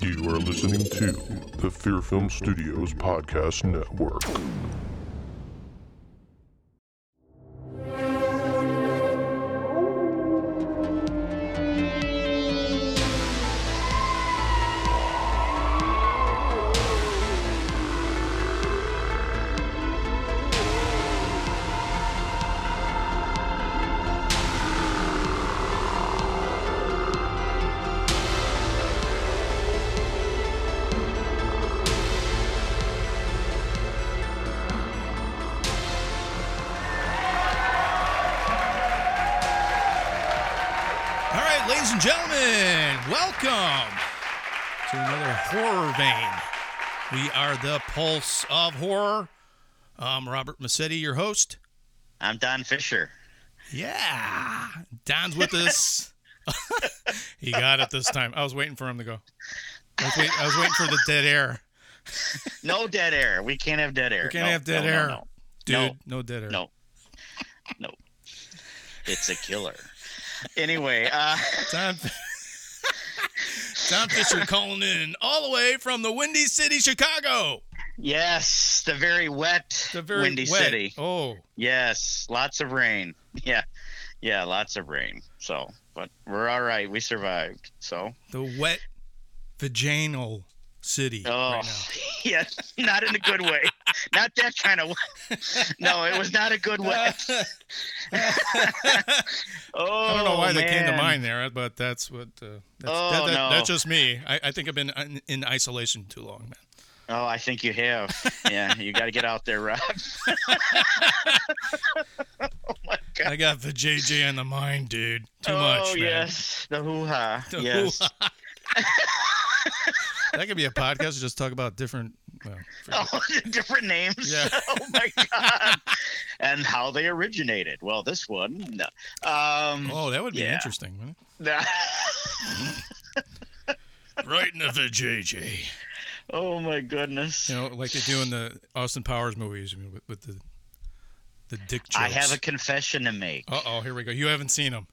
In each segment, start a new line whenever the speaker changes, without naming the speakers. You are listening to the Fear Film Studios Podcast Network.
All right, ladies and gentlemen, welcome to another horror vein. We are the Pulse of Horror. I'm Robert Massetti, your host.
I'm Don Fisher.
Yeah, Don's with us. he got it this time. I was waiting for him to go. I was, wait- I was waiting for the dead air.
No dead air. We can't have dead air.
We can't
No,
have dead
no, no,
air,
No,
dude.
No.
No dead air.
no, no. It's a killer. Anyway, uh,
Tom, Tom Fisher calling in all the way from the Windy City, Chicago.
yes, the very wet,
The very
windy
wet-
city.
Oh,
Yes, lots of rain. Yeah, yeah, lots of rain. So, but we're all right. We survived. So,
the wet vaginal city.
oh,
right now.
yeah, not in a good way. not that kind of. No, it was not a good way. Oh,
I don't know why that came to
man.
mind there, but that's what. Uh, that's, that,
Oh,
that,
no.
That's just me. I, I think I've been in, in isolation too long, man.
Oh, I think you have. Yeah, you got to get out there, Rob. oh my god.
I got the JJ on the mind, dude. Too
oh,
much, man.
yes, the hoo ha.
The
Yes.
hoo-ha. that could be a podcast. to Just talk about different. Well, forget
Oh, the different names.
Yeah.
oh my god. and how they originated. Well, this one. no.
it.
Um.
oh, that would be
yeah.
interesting, wouldn't
the-
it? Right into the JJ.
oh my goodness.
You know, like they do in the Austin Powers movies I mean, with, with the the dick jokes.
I have a confession to make.
Uh oh, here we go. You haven't seen them.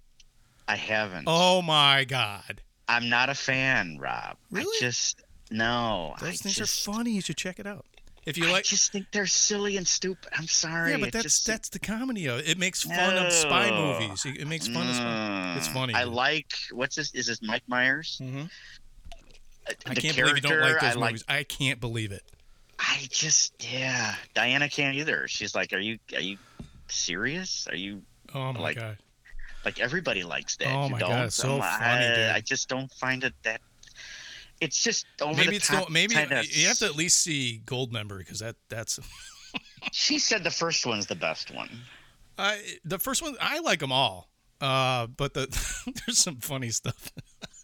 I haven't.
Oh my God.
I'm not a fan, Rob.
Really?
I just no.
Those
I
things
just,
are funny. You should check it out. If you
I
like,
just think they're silly and stupid. I'm sorry.
yeah, but
It
that's
just-
that's the comedy of it. It makes fun of spy
No.
movies. It, it makes fun of spy. It's
Mm.
funny.
I like what's this? Is this Mike Myers?
Mhm.
Uh,
I
the
can't believe you don't like
character,
those
I like-
movies. I can't believe it.
I just yeah. Diana can't either. She's like, are you are you serious? Are you
Oh my
like-
god.
like everybody likes that?
Oh
you
my
don't?
God, it's so
Um,
funny,
I,
dude.
I just don't find it that. It's just over
Maybe
the
it's
top.
no, maybe
kinda-
you have to at least see Goldmember because that that's
She said the first one's the best one.
I the first one. I like them all, uh, but the there's some funny stuff.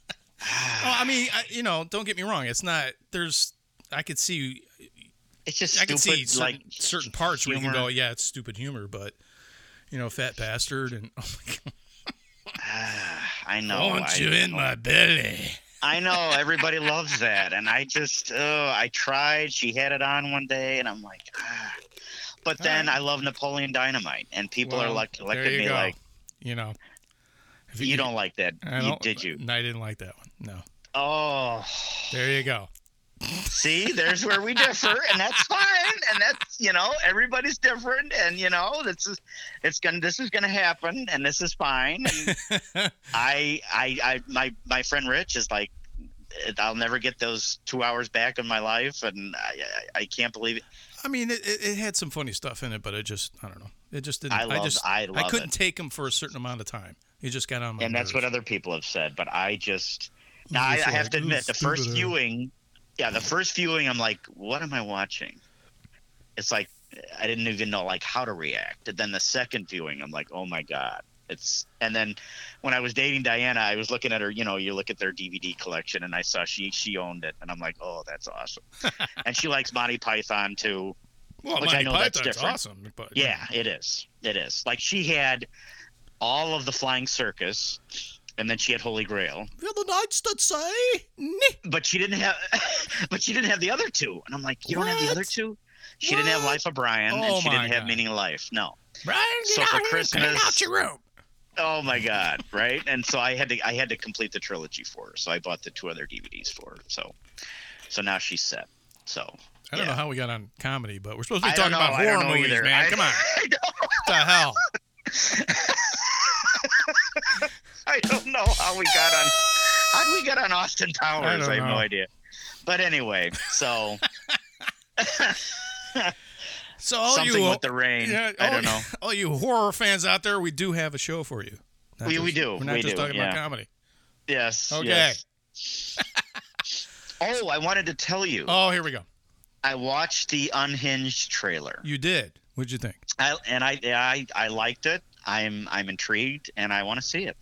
oh, I mean, I, you know, don't get me wrong. It's not there's. I could see
It's just
I can
stupid.
see certain,
like
certain parts where you can
humor.
go, yeah, it's stupid humor, but you know, fat bastard, and oh my god,
Ah, I know.
I want
I
you in
know.
my belly.
I know everybody loves that, and I just, oh, I tried. She had it on one day, and I'm like, ah. but then
All right.
I love Napoleon Dynamite, and people are
Well,
like,
there
looking at
you
me
go.
like,
you know, if
you don't like that,
I
you,
don't-
did you?
No, I didn't like that one. No,
Oh,
there you go.
see, there's where we differ, and that's fine, and that's you know, everybody's different, and you know, this is, it's gonna, this is gonna happen, and this is fine. And I, I, I, my, my friend Rich is like. I'll never get those two hours back in my life, and I, I, I can't believe it.
I mean, it, it, it had some funny stuff in it, but I just, I don't know, it just didn't.
I love, I,
just,
love
I couldn't
it.
take him for a certain amount of time. He just got on my.
and that's what
nerves.
other people have said. But I just now
Ooh,
I, I
this is
have to
all- ooh,
admit the first
stupider.
viewing, yeah, the first viewing, I'm like, what am I watching? It's like I didn't even know like how to react. And then the second viewing, I'm like, oh my god, it's. And then when I was dating Diana, I was looking at her. You know, you look at their DVD collection, and I saw she she owned it, and I'm like, oh, that's awesome. and she likes Monty Python too.
Well,
which
Monty
I know that's
Python's
different.
awesome, but
Yeah, it is. It is. Like she had all of the Flying Circus, and then she had Holy Grail,
Will the knights that say, "Nee."
but she didn't have, but she didn't have the other two. And I'm like, you don't have the
What?
other two. She didn't have
What?
Life of Brian,
Oh
and she
my
didn't have
God.
Meaning of Life. No.
Brian, get
So
out
for
here and clean
Christmas-
out your room.
oh my god, right? And so I had to I had to complete the trilogy for her. So I bought the two other DVDs for her. So so now she's set. So
I don't
yeah.
know how we got on comedy, but we're supposed to
I
be
don't
talking
know.
about
I don't
horror
know
movies,
either.
man.
I-
Come on,
I don't,
what the hell?
I don't know how we got on. How did we get on Austin Powers?
I don't
I, have
know.
no idea. But anyway, so
So all
something
Oh, you,
with the rain.
yeah, oh,
I
all-
don't know.
All you horror fans out there, we do have a show for you. Not
We- we do.
We're not
We
just
do,
talking about
yeah.
comedy.
Yes.
Okay.
yes. oh, I wanted to tell you.
Oh, here we go.
I watched the Unhinged trailer.
You did. What'd you think?
I, and I, I I liked it. I'm I'm intrigued and I want to see it.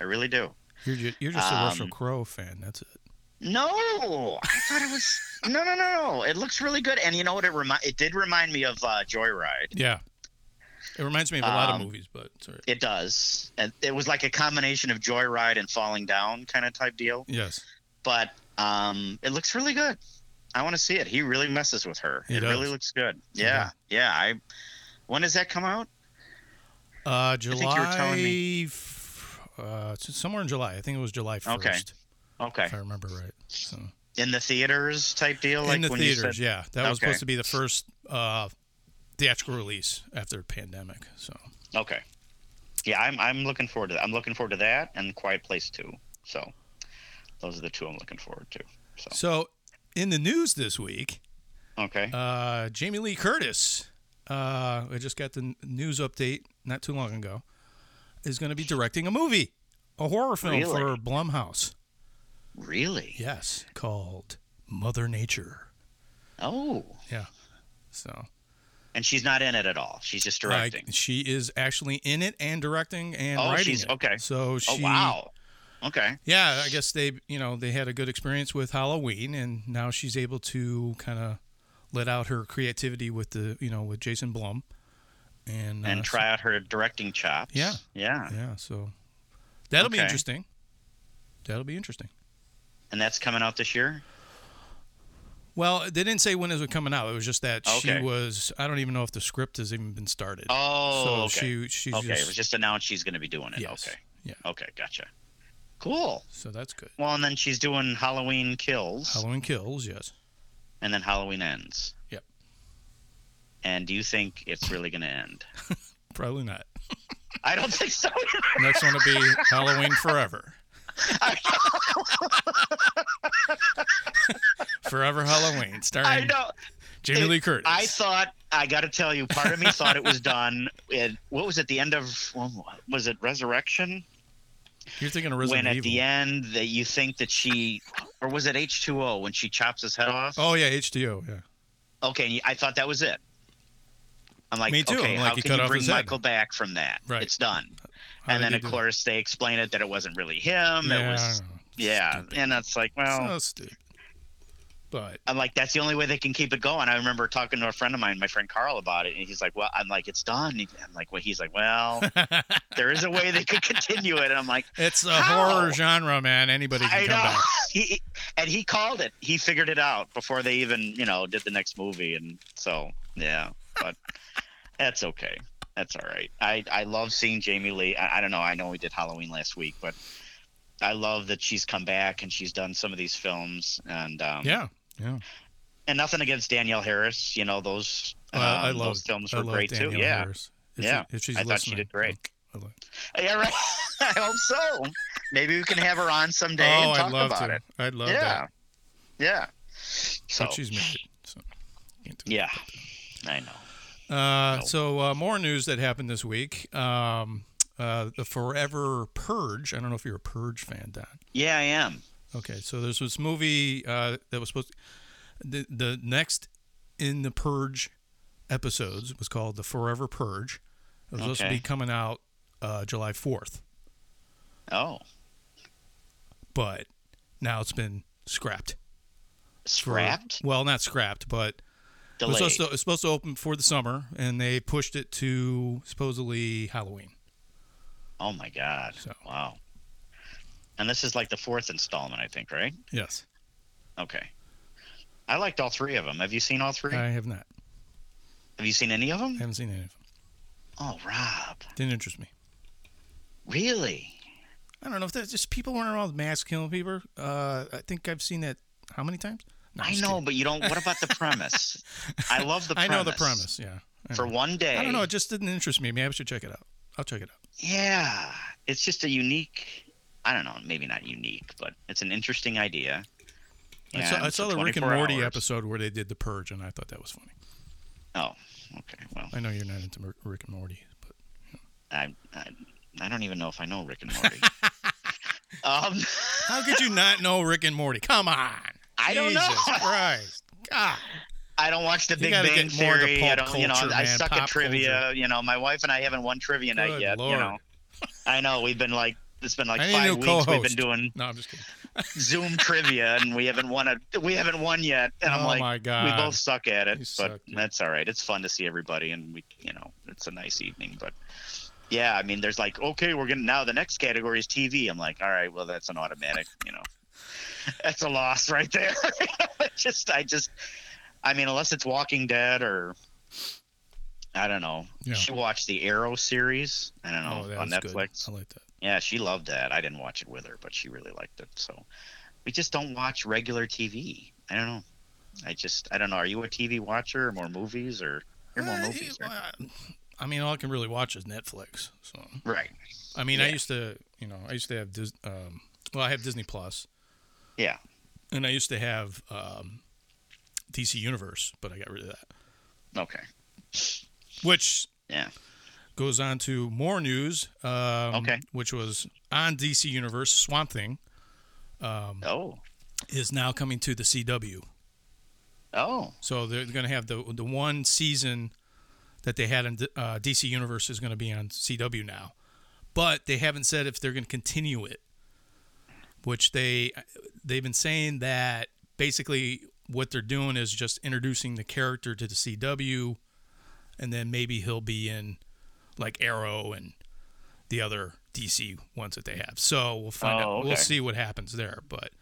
I really do.
You're just, you're just a Russell
Um,
Crowe fan. That's it.
No, I thought it was no no no no. It looks really good and you know what it remind it did remind me of uh, Joyride.
Yeah. It reminds me of a lot of
Um,
movies, but sorry.
It does. And it was like a combination of Joyride and Falling Down kind of type deal.
yes.
But um, it looks really good. I want to see it. He really messes with her.
He
it really
does.
looks good. Yeah, yeah. I when does that come out?
Uh,
think you were
July.
telling
f- Uh, s- somewhere in July. I think it was July 1st,
Okay. Okay,
if I remember right. So
in the theaters type deal. Like
in the
when you said
theaters, yeah, that was
Okay.
supposed to be the first uh, theatrical release after the pandemic. So
Okay. Yeah, I'm I'm looking forward to that. I'm looking forward to that and Quiet Place Two. So those are the two I'm looking forward to. So
So, in the news this week,
okay.
uh, Jamie Lee Curtis, uh, I just got the n- news update not too long ago, is going to be directing a movie, a horror film
Really?
for Blumhouse.
really?
Yes, called Mother Nature.
Oh.
So
And she's not in it at all. She's just directing.
I- she is actually in it and directing and
Oh,
writing.
she's-
it.
okay.
So she,
oh wow. Okay.
yeah, I guess they, you know, they had a good experience with Halloween, and now she's able to kind of let out her creativity with the, you know, with Jason Blum, and
And
uh,
try out her directing chops.
Yeah.
Yeah.
Yeah, so that'll be
Okay.
interesting. That'll be interesting.
And that's coming out this year.
Well, they didn't say when it was coming out. It was just that
Okay.
she was. I don't even know if the script has even been started.
Oh.
so she
okay.
she's
okay. it
just,
was just announced she's going to be doing it.
Yes.
Okay.
Yeah.
Okay. Gotcha. Cool.
so that's good.
Well, and then she's doing Halloween Kills.
Halloween Kills, yes.
and then Halloween ends.
Yep.
And do you think it's really going to end?
Probably not.
I don't think so.
Next one will be Halloween Forever. Forever Halloween,
I
starring
know.
Jamie
It-
Lee Curtis.
I thought I got to tell you, part of me thought it was done. It, what was it? The end of was it Resurrection?
You're thinking of Resident
when at
Evil.
the end that you think that she, or was it H two O when she chops his head off?
oh yeah, HDO. Yeah.
Okay, I thought that was it. I'm like,
Me too.
okay,
I'm like,
how
he
can
cut
you
off
bring
his head.
Michael back from that?
Right.
It's done.
How
and
did
then
they
of
do that?
course they explain it that it wasn't really him.
yeah,
it
I
was
don't know.
yeah,
Stupid.
and it's like well,
so stupid. But
I'm like, that's the only way they can keep it going. I remember talking to a friend of mine, my friend Carl, about it, and he's like, "Well, I'm like, it's done." I'm like, "Well," he's like, "Well, there is a way they could continue it." And I'm like,
It's a
How?
horror genre, man. Anybody can
"I
come
know."
back.
He, he- and he called it. He figured it out before they even, you know, did the next movie. And so, yeah, but that's okay. That's all right. I I love seeing Jamie Lee. I, I don't know. I know we did Halloween last week, but I love that she's come back and she's done some of these films. And um,
Yeah,
and nothing against Danielle Harris. You know those
Uh, I
um,
love
those films
I
were
love
great
Danielle
too. Yeah,
Harris. If
Yeah.
she, if she's
I thought she
listening.
did great.
I love-
yeah, right. I hope so. Maybe we can have her on someday
oh,
and talk
I'd love
about
to.
it.
I'd love
yeah,
that.
yeah.
But
So
she's married, so can't do it.
yeah, I know.
Uh, So uh, more news that happened this week. Um, uh, the Forever Purge. I don't know if you're a Purge fan, Don.
Yeah, I am.
Okay, so there's this movie uh, that was supposed the the next in the Purge episodes was called the Forever Purge. It was supposed to
Okay.
be coming out uh, July 4th,
Oh,
but now it's been scrapped. for-
scrapped,
well, not scrapped, but it was,
delayed.
supposed to, it was supposed to open for the summer, and they pushed it to supposedly Halloween.
oh my god!
So.
Wow. And this is like the fourth installment, I think, right?
Yes,
Okay. I liked all three of them. Have you seen all three?
I have not.
Have you seen any of
I
them?
haven't seen any of them.
Oh, Rob.
Didn't interest me.
Really?
I don't know if that's just people running around with masks killing people. Uh, I think I've seen that how many times? No, I'm
I
just
know,
kidding.
but you don't. What about the premise? I love the
I
premise.
know the premise. Yeah. I
For
know.
one day.
I don't know. It just didn't interest me. Maybe I should check it out. I'll check it out.
Yeah. It's just a unique. I don't know. Maybe not unique, but it's an interesting idea.
I saw, I
And
saw
for
the Rick and
24
Morty
hours-
episode where they did the purge, and I thought that was funny.
Oh, okay. Well,
I know you're not into Mer- Rick and Morty, but
I, I, I don't even know if I know Rick and Morty. um,
how could you not know Rick and Morty? Come on.
I don't know.
Jesus Christ. God.
I don't watch the
You
Big
gotta
Bang
get more into
Theory. I
pulp
don't, you know,
culture,
I
man,
suck
pop
at trivia.
culture.
You know, my wife and I haven't won trivia night
Good
yet. You
Lord.
know, I know we've been like it's been like
I need a
five
new
weeks. We've
co-host.
been doing
No, I'm just kidding.
Zoom trivia, and we haven't won a we haven't won yet. And I'm
oh
like,
my God.
we both suck at it,
You
but
suck, dude.
that's all right. It's fun to see everybody, and we, you know, it's a nice evening. But yeah, I mean, there's like, okay, we're gonna now the next category is TV. I'm like, all right, well, that's an automatic, you know, that's a loss right there. It just, I just, I mean, unless it's Walking Dead or I don't know.
Yeah.
She watched the Arrow series. I don't
Oh,
know
that
on
was good.
Netflix.
I like that.
Yeah, she loved that. I didn't watch it with her, but she really liked it. So we just don't watch regular TV. I don't know. I just I don't know. Are you a TV watcher or more movies or you're more
Uh,
movies?
yeah,
right?
well, I I mean, all I can really watch is Netflix. So,
Right.
I mean, I
Yeah.
used to, you know, I used to have, Dis- um, well, I have Disney Plus,
Yeah.
and I used to have um, DC Universe, but I got rid of that.
Okay.
Which
Yeah.
goes on to more news, um,
Okay.
which was on DC Universe. Swamp Thing um,
Oh.
is now coming to the CW,
Oh.
so they're going to have the the one season that they had in uh, DC Universe is going to be on CW now, but they haven't said if they're going to continue it. Which they they've been saying that basically what they're doing is just introducing the character to the CW, and then maybe he'll be in like Arrow and the other DC ones that they have. So we'll find
Oh,
out. We'll
okay.
see what happens there, but.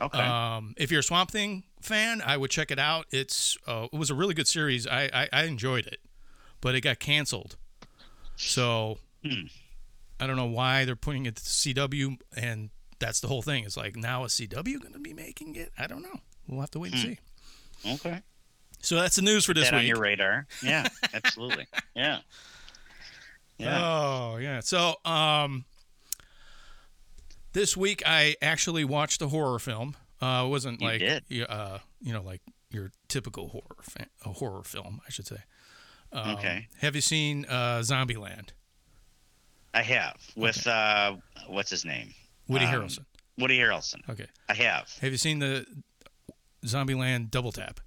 Okay.
Um, if you're a Swamp Thing fan, I would check it out. It's uh, it was a really good series. I, I I enjoyed it, but it got canceled. So
Hmm.
I don't know why they're putting it to CW, and that's the whole thing. It's like now is CW going to be making it? I don't know. We'll have to wait and
Hmm.
see.
okay.
So that's the news for this
That on
week.
your radar. Yeah. Absolutely. Yeah. Yeah.
Oh yeah. So um, this week I actually watched a horror film. Uh, it wasn't
You
like
did?
y- uh, you know, like your typical horror fan, a horror film, I should say. Um,
Okay.
Have you seen uh, Zombieland?
I have with uh what's his name?
Woody
Um,
Harrelson.
Woody Harrelson.
Okay.
I have.
Have you seen the Zombieland Double Tap?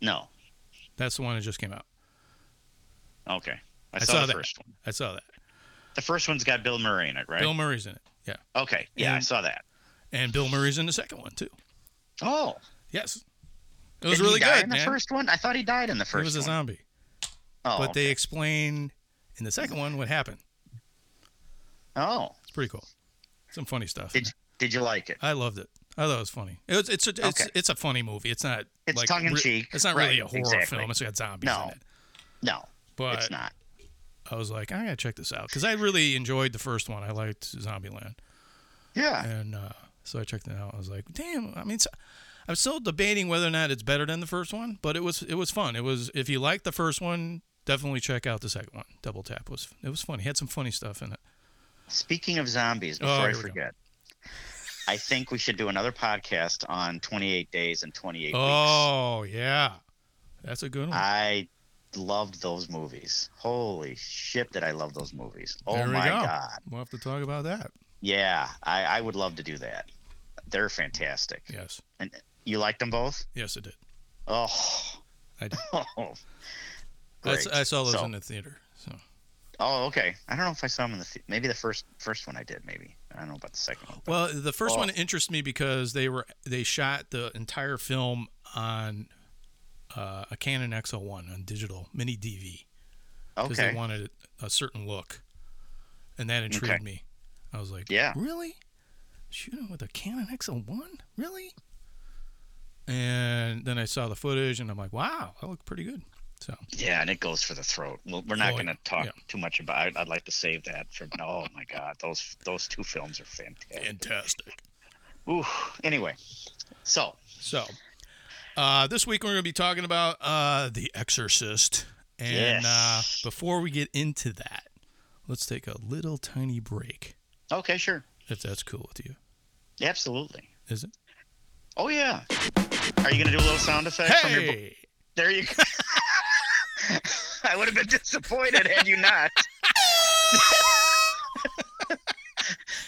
No.
That's the one that just came out.
Okay. I,
I
saw,
saw
the
that.
first one.
I saw that.
The first one's got Bill Murray in it, right?
Bill Murray's in it. Yeah.
okay. Yeah, I
and-
saw that.
And Bill Murray's in the second one too.
Oh.
Yes. It was
Didn't
really
he die
good,
in the
man.
first one? I thought he died in the
he
first
was a
one.
zombie.
oh,
but they explain in the second one what happened.
oh,
It's pretty cool. Some funny stuff.
did did you like it?
I loved it. I thought it was funny. It was, it's a, it's
Okay.
it's a funny movie. It's not
It's
like
tongue-in-cheek.
It's not really
Right,
a horror
exactly.
film. It's got zombies
No,
in it.
No,
But
it's not.
I was like, I gotta check this out because I really enjoyed the first one. I liked Zombieland,
Yeah.
and uh, so I checked it out. I was like, damn. I mean, it's, I'm still debating whether or not it's better than the first one, but it was it was fun. It was if you liked the first one, definitely check out the second one. Double Tap was it was funny. It had some funny stuff in it.
Speaking of zombies,
Oh,
before I
here we go.
forget, I think we should do another podcast on 28 days and 28 weeks.
Oh yeah, that's a good one.
I loved those movies. Holy shit, did I love those movies? Oh
There we
my
go.
god.
We'll have to talk about that.
Yeah, I, I would love to do that. They're fantastic.
Yes,
You liked them both?
yes, it did.
Oh.
I did.
Great.
That's, I saw those
So-
in the theater. So
Oh, okay. I don't know if I saw him in the th- maybe the first first one I did. Maybe I don't know about the second one.
well, the first
Oh.
one interests me because they were they shot the entire film on uh, a Canon X01 on digital mini DV because
Okay.
they wanted a certain look, and that intrigued
Okay.
me. I was like,
Yeah.
really? Shooting with a Canon X01, really? And then I saw the footage, and I'm like, wow, that looked pretty good. So
Yeah, and it goes for the throat. Well, we're not
Oh,
going to talk
yeah.
too much about. I'd, I'd like to save that for. Oh my God, those those two films are fantastic.
fantastic.
Ooh. Anyway, so
So uh, this week we're going to be talking about uh, The Exorcist, and uh,
Yes.
before we get into that, let's take a little tiny break
okay, sure,
if that's cool with you.
absolutely.
Is it?
Oh yeah. Are you going to do a little sound effect? From your bo-
Hey,
there you go. I would have been disappointed had you not.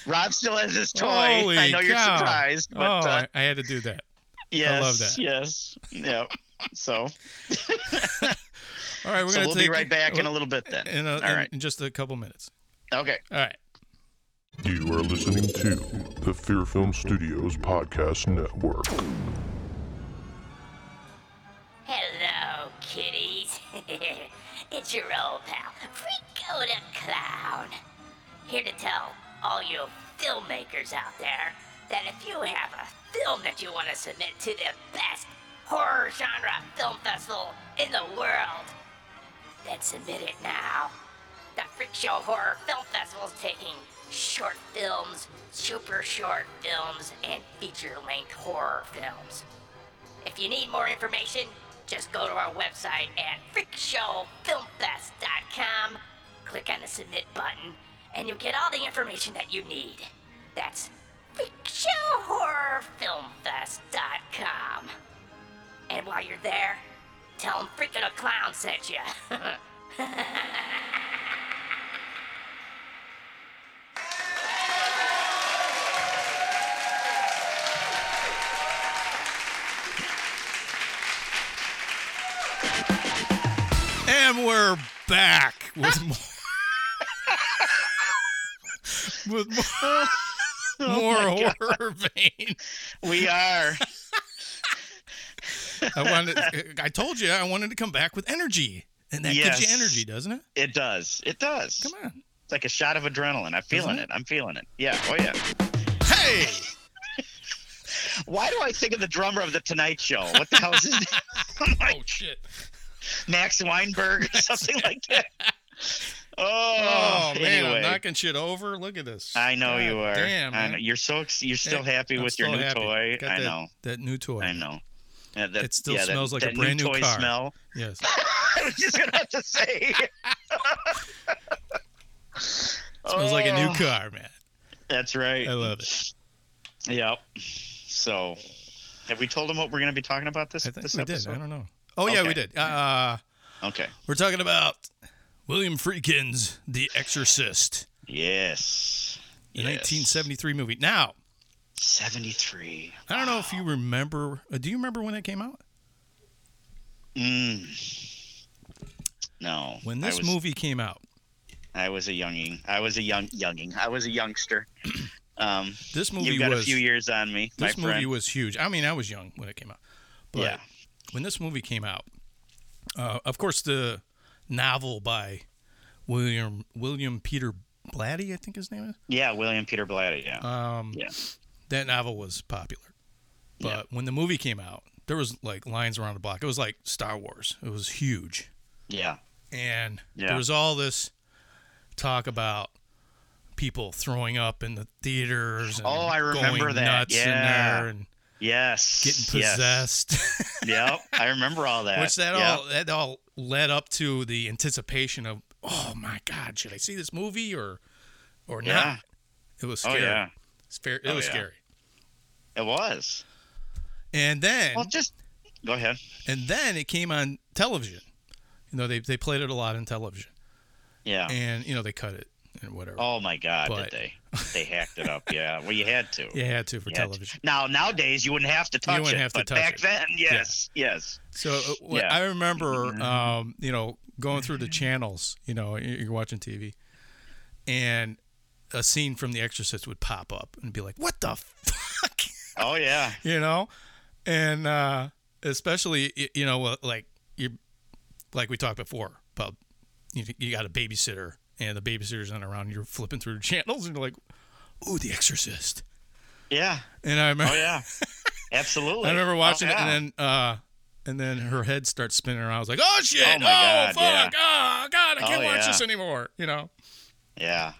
Rob still has his toy.
Holy
Oh, I know you're
cow.
surprised, but
oh,
uh,
I, I had to do that.
yes,
love that.
yes, yeah. So.
All right, we're going
so
to
we'll
take
be right back in a little bit then.
in, a,
All
in-
right.
in just a couple minutes.
Okay.
All right.
You are listening to the Fear Film Studios Podcast Network.
Hello, kitties. it's your old pal, Freakoda Clown. Here to tell all you filmmakers out there that if you have a film that you want to submit to the best horror genre film festival in the world, then submit it now. The Freak Show Horror Film Festival is taking short films, super short films, and feature length horror films. If you need more information, just go to our website at freakshowfilmfest.com, click on the submit button, and you'll get all the information that you need. That's freakshowhorrorfilmfest.com. And while you're there, tell them freaking a clown sent you.
And we're back with more. with more,
Oh
more horror vein.
We are.
I wanted. I told you I wanted to come back with energy, and that gives
Yes.
you energy, doesn't it?
It does. It does.
Come on.
It's like a shot of adrenaline. I'm feeling
Isn't
it?
it?
I'm feeling it. Yeah. Oh yeah.
Hey,
Why do I think of the drummer of the Tonight Show? What the hell is his name?
oh shit!
Max Weinberg or something like that.
Oh
Oh,
man,
anyway.
I'm knocking shit over. Look at this.
I know
God
you are.
Damn,
I
man.
know. You're so ex- you're still
Hey,
happy
I'm
with your
still
new
happy.
toy.
Got
I
that-
know.
that new toy.
I know. Yeah, that,
It still
yeah, that-
smells like a
that
brand new
toy
car.
smell.
Yes.
I was just gonna have to say.
smells like a
Oh,
new car, man.
That's right.
I love it.
Yep. So, have we told them what we're going to be talking about this
I think
this
we did.
episode?
I don't know. Oh yeah, we
Okay.
did. Uh,
Okay.
we're talking about William Friedkin's The Exorcist,
Yes.
the
Yes.
1973 movie. Now,
73.
I don't know if you remember. uh, Do you remember when it came out?
Mm. No.
When
I
this
was-
movie came out,
I was a younging. I was a young younging. I was a youngster. Um,
this movie
you've got
was
a few years on me, my
this movie
friend.
was huge. I mean, I was young when it came out, but
Yeah.
when this movie came out, uh, of course, the novel by William William Peter Blatty, I think his name is.
yeah, William Peter Blatty. Yeah.
Um,
Yeah.
that novel was popular, but
Yeah.
when the movie came out, there was like lines around the block. It was like Star Wars. It was huge,
yeah.
and
Yeah.
there was all this talk about people throwing up in the theaters. And
Oh, I remember
going
that.
Nuts
Yeah.
in there and
Yes.
getting
Yes.
possessed.
yep. I remember all that.
Which that
Yep. Oh,
all that all led up to the anticipation of, oh my God, should I see this movie or or not?
Yeah.
It was
Oh
scary.
yeah.
It's fair- It
Oh,
was
yeah.
scary.
It was.
And then
Well, just go ahead.
and then it came on television. You know, they they played it a lot on television.
Yeah.
And you know, they cut it and whatever.
Oh my God,
But-
did they? They hacked it up. Yeah. Well, you had to.
Yeah, had to for
You had to.
television.
Now nowadays you wouldn't have to touch
wouldn't
it,
have to
but
touch
back
it.
then, yes, yes,
So uh, wh-
Yeah. Mm-hmm.
I remember, um, you know, going through the channels. You know, you- you're watching TV, and a scene from The Exorcist would pop up and be like, "What the fuck?"
oh yeah,
you know and uh especially y- you know uh, like you like we talked before pub you, you got a babysitter and the babysitter's not around and you're flipping through the channels and you're like ooh the exorcist
yeah,
and i
oh
remember
yeah, absolutely.
i remember watching
Oh, yeah.
it and then uh And then her head starts spinning around. I was like, oh shit!
Oh,
Oh,
my God,
fuck! Oh god, I
Oh,
can't watch
yeah.
this anymore. You know?
Yeah.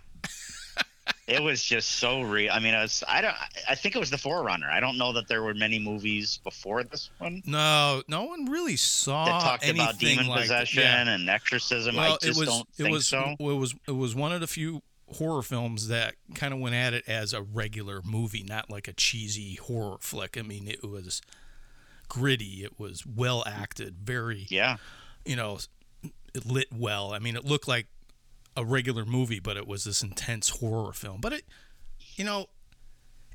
it was just so real. I mean, I was, I don't. I think it was the forerunner. I don't know that there were many movies before this one
No, no one really saw
that talked
Ah, anything
about demon
like that.
possession
Yeah.
and exorcism. I just don't
it
think
was,
so.
It was it was one of the few horror films that kind of went at it as a regular movie, not like a cheesy horror flick. I mean, it was gritty. It was well acted, very
Yeah.
you know, it lit well. I mean, it looked like a regular movie, but it was this intense horror film. But it, you know,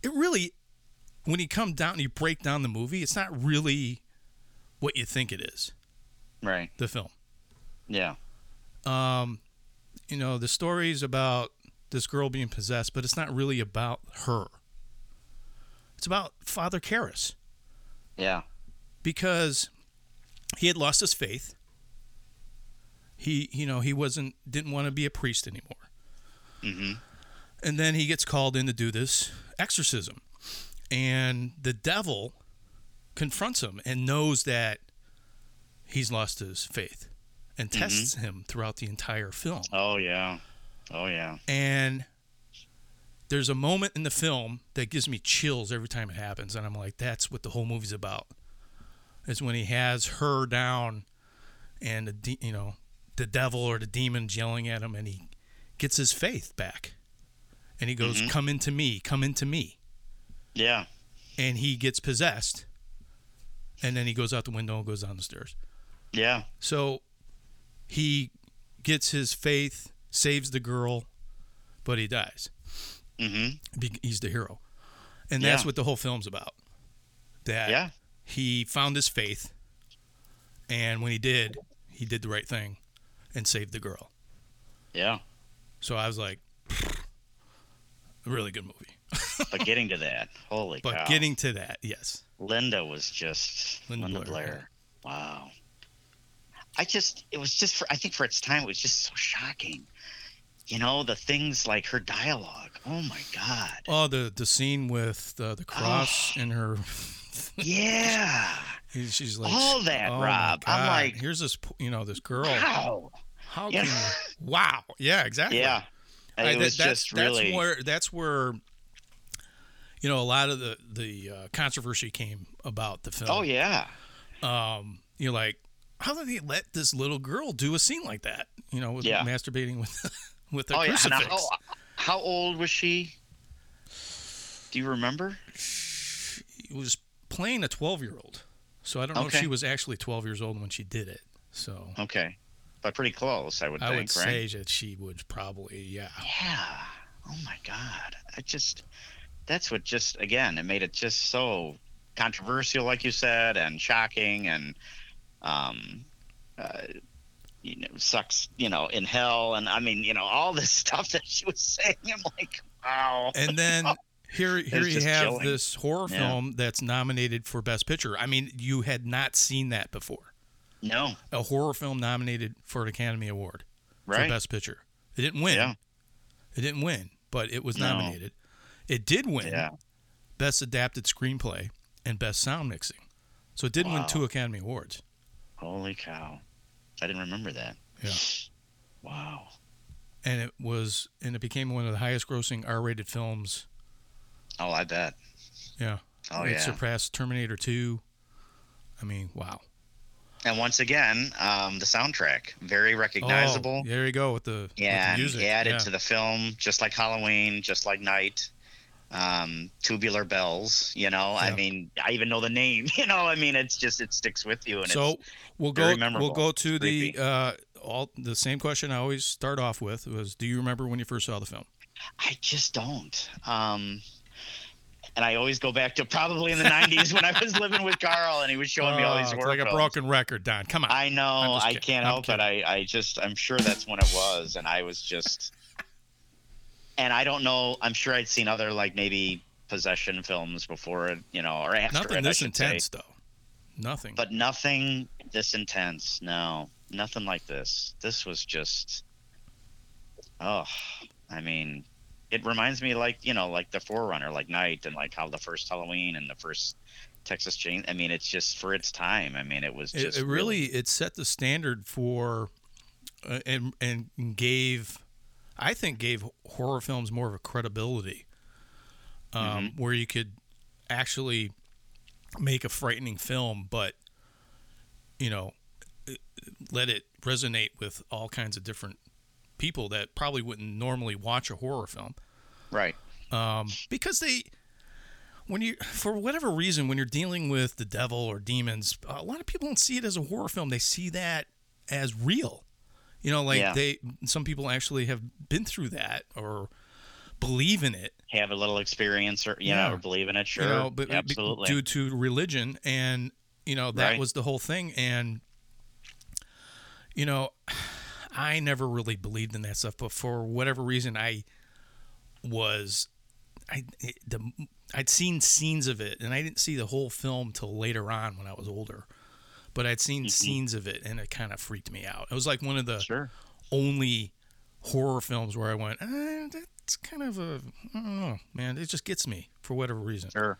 it really, when you come down and you break down the movie, it's not really what you think it is.
Right.
The film.
Yeah.
um, you know, the story's about this girl being possessed, but it's not really about her. It's about Father Karras
Yeah.
because he had lost his faith. He, you know, he wasn't didn't want to be a priest anymore.
Mm-hmm.
And then he gets called in to do this exorcism. And the devil confronts him and knows that he's lost his faith and tests him throughout the entire film.
Oh yeah. Oh yeah.
and there's a moment in the film that gives me chills every time it happens and i'm like that's what the whole movie's about is when he has her down and the de- you know the devil or the demon's yelling at him and he gets his faith back and he goes come into me come into me
Yeah.
and he gets possessed and then he goes out the window and goes down the stairs
Yeah.
so he gets his faith saves the girl but he dies
Mm-hmm.
be- he's the hero and that's
Yeah.
what the whole film's about that
Yeah.
he found his faith and when he did he did the right thing and saved the girl
Yeah.
so i was like a really good movie
But getting to that, holy
but
cow!
getting to that yes
Linda was just
Linda
Linda,
Blair,
Blair. Wow. I just it was just for I think for its time it was just so shocking. You know, the things like her dialogue. Oh my god.
oh the the scene with the, the cross
Oh.
and her
Yeah.
she's like
All that,
"Oh my
Rob. I'm
God,
like-
here's this p- you know this girl
Wow.
how
Yeah.
can you wow yeah exactly
Yeah. And
I-
it
that-
was
that's,
just
that's
really
where that's where you know a lot of the the uh, controversy came about the film.
Oh yeah.
Um, you're like, how did they let this little girl do a scene like that? You know, with
Yeah.
masturbating with with a
oh yeah. And
crucifix.
how, how old was she? Do you remember?
It was playing a 12 year old, so I don't know
Okay.
if she was actually 12 years old when she did it. So
Okay. But pretty close, I would
I
think,
would
right?
say that she would probably, yeah,
Yeah. Oh my God. I just that's what just again it made it just so controversial, like you said, and shocking, and um, uh, you know, sucks, you know, in hell, and I mean, you know, all this stuff that she was saying. I'm like, wow.
and then here here you
just
have
chilling.
this horror
Yeah.
film that's nominated for best picture. I mean, you had not seen that before.
No,
A horror film nominated for an Academy Award for
right?
best picture. It didn't win.
Yeah.
It didn't win, but it was
No.
nominated. It did win
Yeah.
best adapted screenplay and best sound mixing. So it did win
Wow.
two Academy Awards.
Holy cow! I didn't remember that.
Yeah.
Wow.
And it was and it became one of the highest grossing R rated films.
Oh, I bet.
Yeah.
Oh
it
yeah.
surpassed Terminator two. I mean, wow.
and once again, um, the soundtrack very
Oh,
recognizable.
there you go with the with the
Yeah, and
music.
he added
Yeah.
to the film, just like Halloween, just like Night, um, Tubular Bells. You know,
Yeah.
I mean, I even know the name. You know, I mean, it's just it sticks with you. And
So we'll
very
go. We'll
memorable.
go to the
Creepy.
uh, all the same question I always start off with was Do you remember when you first saw the film?
it's, I just don't. Um, and I always go back to probably in the '90s when I was living with Carl and he was showing me all
Oh,
these
it's
horror
like a
films.
broken record, Don. Come on.
I know,
I'm just
I
kidding.
can't
I'm
help it. I, I just, I'm sure that's when it was, and I was just, and I don't know. I'm sure I'd seen other like maybe possession films before it, you know, or after
Nothing
it, I
this
should say.
intense though. Nothing.
but nothing this intense. No, nothing like this. This was just, oh, I mean, it reminds me like you know, like the Forerunner, like Night, and like how the first Halloween and the first Texas Chain. I mean, it's just for its time. I mean, it was
It,
just
it really it set the standard for uh, and and gave I think gave horror films more of a credibility um,
Mm-hmm.
where you could actually make a frightening film but you know it- let it resonate with all kinds of different people that probably wouldn't normally watch a horror film
right.
um, because they when you for whatever reason when you're dealing with the devil or demons a lot of people don't see it as a horror film they see that as real you know like
Yeah.
they some people actually have been through that or believe in it
Have a little experience, or you
Yeah.
know, or believe in it. Sure,
you know but but
absolutely.
due to religion and you know that
Right.
was the whole thing and you know i never really believed in that stuff but for whatever reason i was i it- the i'd seen scenes of it and i didn't see the whole film till later on when i was older but i'd seen scenes of it and it kind of freaked me out it was like one of the
Mm-hmm. sure.
only horror films where i went eh, that's kind of a i don't know man it just gets me for whatever reason
Sure.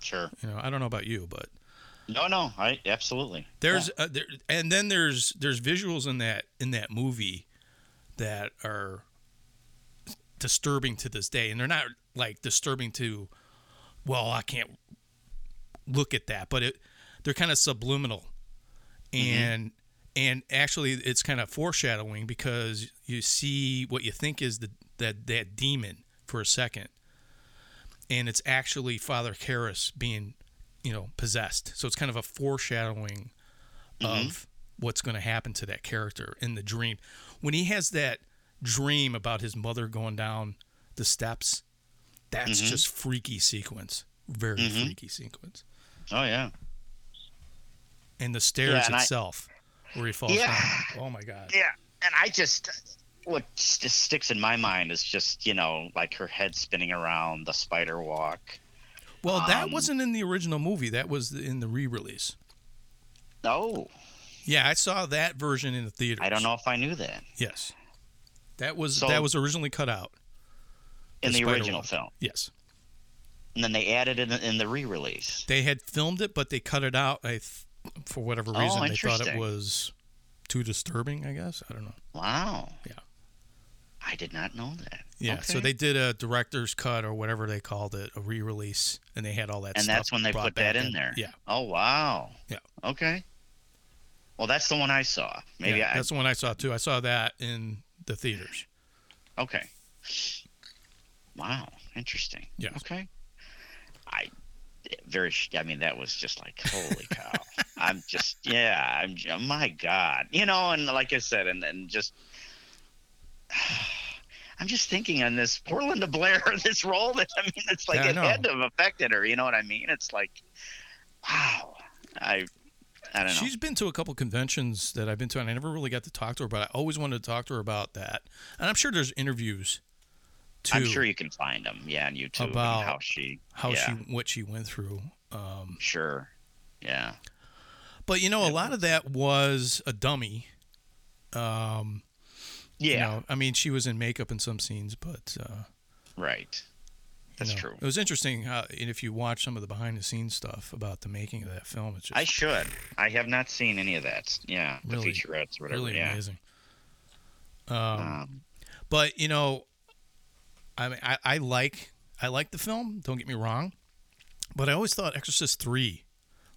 Sure.
you know, I don't know about you, but
No, no, I absolutely.
there's uh, there, and then there's there's visuals in that in that movie that are disturbing to this day, and they're not like disturbing to, well, I can't look at that, but it they're kind of subliminal, and and actually it's kind of foreshadowing because you see what you think is the that that demon for a second, and it's actually Father Karras being, you know, possessed. So it's kind of a foreshadowing
Mm-hmm.
of what's going to happen to that character in the dream. When he has that dream about his mother going down the steps,
Mm-hmm.
that's just freaky sequence. Very freaky sequence.
Oh yeah.
And the stairs
Yeah, and I-
itself where he falls
Yeah.
down. Oh my god.
Yeah, and I just what st- sticks in my mind is just you know like her head spinning around the spider walk.
Well, that
Um,
wasn't in the original movie. That was in the re-release.
Oh,
Yeah, I saw that version in the theater.
I don't know if I knew that
Yes. That was
So-
that was originally cut out.
in
The
the,
spider
original
walk.
film,
Yes.
and then they added it in, in the re-release.
They had filmed it, but they cut it out. I, th- for whatever
Oh,
reason, they thought it
interesting.
was too disturbing. I guess I don't know.
Wow.
Yeah.
I did not know that.
Yeah. So
Okay.
they did a director's cut or whatever they called it, a re-release, and they had all that.
and
stuff
that's when they
brought
put that
back
in, there.
Yeah.
Oh wow.
Yeah.
Okay. Well, that's the one I saw. Maybe
yeah, that's the one I saw too. I saw that in the theaters.
I. Okay. Wow. Interesting.
Yes.
Okay. I very. sh- I mean, that was just like holy cow. I'm just yeah. I'm j- my god. You know, and like I said, and and just. I'm just thinking on this poor Linda Blair, this role that I mean, it's like
Yeah, I
it
know.
had to have affected her. You know what I mean? It's like, wow. I, I don't know.
She's been to a couple conventions that I've been to, and I never really got to talk to her, but I always wanted to talk to her about that. And I'm sure there's interviews. Too.
I'm sure you can find them. Yeah, on YouTube. and
About
how she,
how
yeah,
she what she went through. Um,
sure, yeah,
But you know, a lot of that was a dummy. Um,
yeah,
You know, I mean, she was in makeup in some scenes, but uh, you
right. That's
know,
true.
It was interesting. How, and if you watch some of the behind the scenes stuff about the making of that film, it's just
I should. I have not seen any of that. Yeah, the
Really,
featurettes or whatever.
really
yeah.
amazing. Um,
Um,
but you know, I mean, I, I like I like the film. Don't get me wrong, but I always thought Exorcist three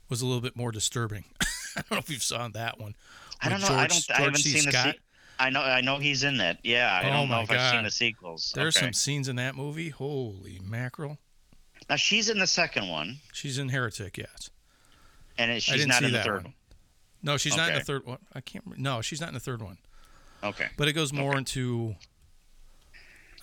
was a little bit more disturbing. I don't know if you've saw that one.
I
with
don't know. I
George-
don't. I
George
haven't
C.
seen the.
Scott.
Se- I know. I know he's in that. Yeah. I
Oh
don't know
my
if I've seen
God.
the sequels.
There's
okay.
some scenes in that movie. Holy mackerel!
Now she's in the second one,
She's in Heretic, yes.
and it-
I
she's
didn't
not
see
in the
that
third
one. No, she's not in the
Okay.
third one. I can't. Remember. No, she's not in the third one.
one. Okay.
But it goes more into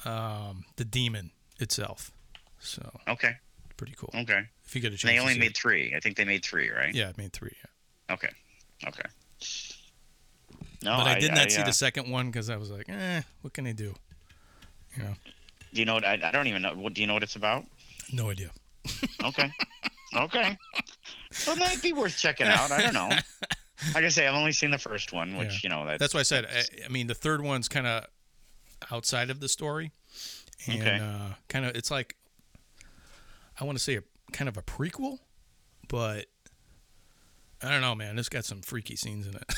um, the demon itself. So
Okay.
pretty cool.
Okay. And
If you get a chance,
Mm. they
to
only
see
made three. I think they made three, right?
It. Yeah, I made three. Yeah.
Okay. Okay. No,
but I, did not see
uh,
the second one because I was like, eh, what can I do? You know,
Do you know what? I, I don't even know. What, do you know what it's about?
no idea.
Okay. okay. Well, it might be worth checking out. I don't know. Like I say, I've only seen the first one, which, you know, that's,
That's why I said. I, I mean, the third one's kind of outside of the story, and
Okay.
uh, kind of it's like I want to say a kind of a prequel, but I don't know, man. It's got some freaky scenes in it.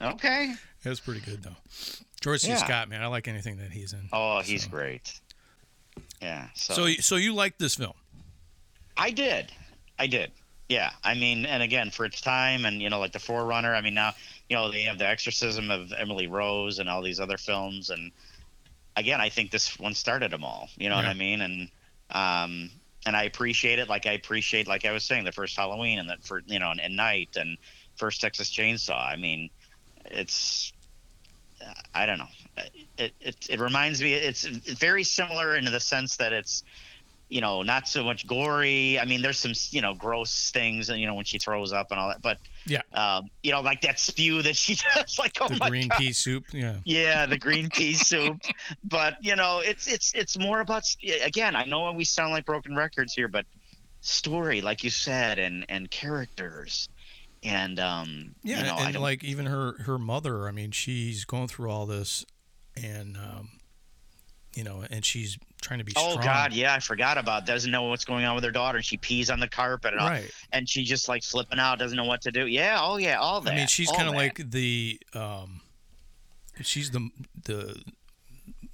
Okay.
it was pretty good though. George C.
Yeah.
Scott, man, I like anything that he's in.
Oh, he's
So-
great. Yeah. So,
So, you- so you liked this film?
I did. I did. Yeah. I mean, and again, for its time and, you know, like The Forerunner, I mean, now, you know, they have The Exorcism of Emily Rose and all these other films. And again, I think this one started them all. You know what
Yeah.
I mean? And, um, and I appreciate it. Like I appreciate, like I was saying, the first Halloween and that for, you know, and, and Night and first Texas Chainsaw. I mean, it's, I don't know. It, it, it reminds me, it's very similar in the sense that it's, you know, not so much gory. I mean, there's some, you know, gross things, and you know, when she throws up and all that. But
Yeah.
um, you know, like that spew that she does, like oh
The
my
green
god,
pea soup. Yeah.
yeah, the green pea soup. But you know, it's it's it's more about again. I know we sound like broken records here, but story, like you said, and and characters, and um,
Yeah,
you know, I
and
don't-
like even her her mother. I mean, she's going through all this, and um, you know, and she's trying to be.
Oh
strong.
God, yeah, I forgot about. Doesn't know what's going on with her daughter. She pees on the carpet, and, all-
Right.
and she just like flipping out, doesn't know what to do. Yeah, oh yeah, all that.
I mean, she's
all
kind of
that.
like the um, she's the the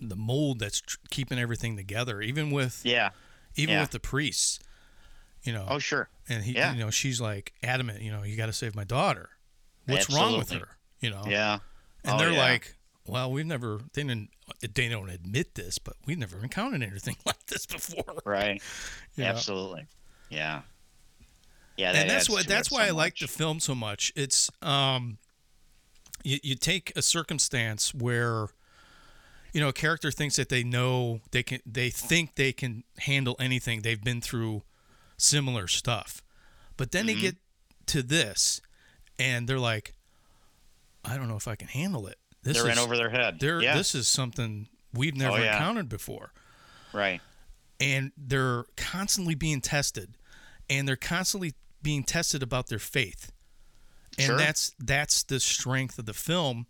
the mold that's tr- keeping everything together, even with
yeah.
even
yeah.
with the priests. You know,
Oh sure.
and he,
yeah.
you know, she's like adamant. You know, you got to save my daughter. What's wrong with
Absolutely.
her? You know,
Yeah.
and
Oh,
they're
yeah.
like, well, we've never they didn't they don't admit this, but we've never encountered anything like this before.
Right.
you know?
Absolutely. Yeah. Yeah.
and
that
that's
adds
what
to
that's
it
why
so
I like the
much.
film so much. It's um, you, you take a circumstance where, you know, a character thinks that they know they can, they think they can handle anything. They've been through similar stuff, but then
Mm-hmm.
they get to this, and they're like, I don't know if I can handle it. This
They're
is
in over their head.
they're-
yeah. Oh,
this is something we've never
yeah.
encountered before
right.
and they're constantly being tested and they're constantly being tested about their faith and
Sure.
that's that's the strength of the film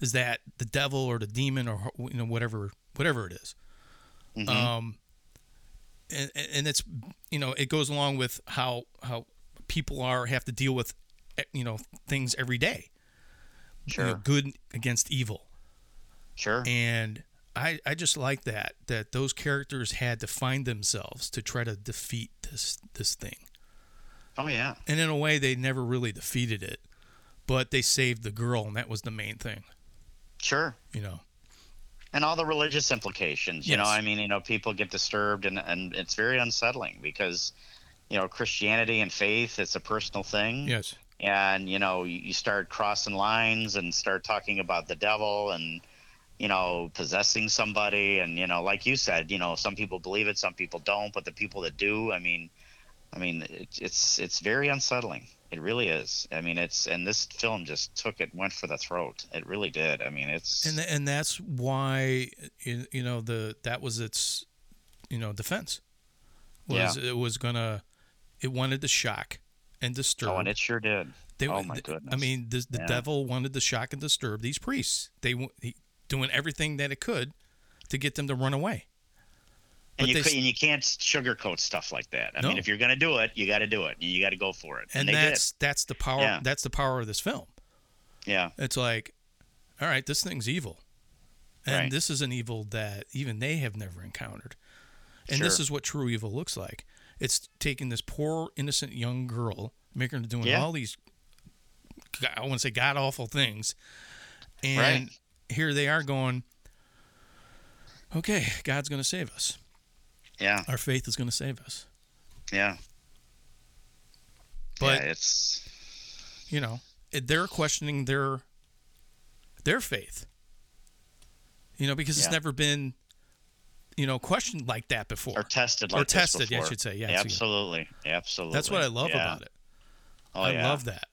is that the devil or the demon or you know whatever whatever it is.
Mm-hmm.
um and, and it's you know it goes along with how how people are have to deal with eh, you know things every day you know,
Sure.
good against evil
Sure.
and I, I just like that that those characters had to find themselves to try to defeat this this thing
Oh yeah.
and in a way they never really defeated it but they saved the girl and that was the main thing
Sure.
you know
And all the religious implications. You know,
Yes.
I mean, you know, people get disturbed, and and it's very unsettling because, you know, Christianity and faith, it's a personal thing.
yes
and you know you you start crossing lines and start talking about the devil and you know possessing somebody and you know like you said you know some people believe it some people don't but the people that do i mean i mean it, it's it's very unsettling it really is i mean it's and this film just took it went for the throat it really did i mean it's
and and that's why you you know the that was its you know defense was it was gonna it wanted to shock and disturb
oh and it sure did
They,
Oh, my
th-
goodness.
I mean, the, the
Yeah.
devil wanted to shock and disturb these priests. They wa- he, doing everything that it could to get them to run away.
and
But
you,
they
ca-
s-
and you can't sugarcoat stuff like that i mean
No.
if you're gonna do it you got to do it you got to go for it
And
they
that's that's the power.
Yeah.
That's the power of this film.
did yeah
It's like, all right, this thing's evil, and
Right.
this is an evil that even they have never encountered. And this
Sure.
is what true evil looks like. It's taking this poor innocent young girl, making her doing
Yeah.
all these, g- I want to say god awful things, and
Right.
here they are going. Okay, God's going to save us.
yeah
Our faith is going to save us.
yeah
But
yeah, it's
you know it- they're questioning their their faith you know because it's
Yeah.
never been you know questioned like that before
or tested
Or
like this
tested, yeah, I
before.
should say, yeah,
Yeah,
it's-
absolutely absolutely
that's what i love
Yeah.
about it
oh,
i
yeah.
love that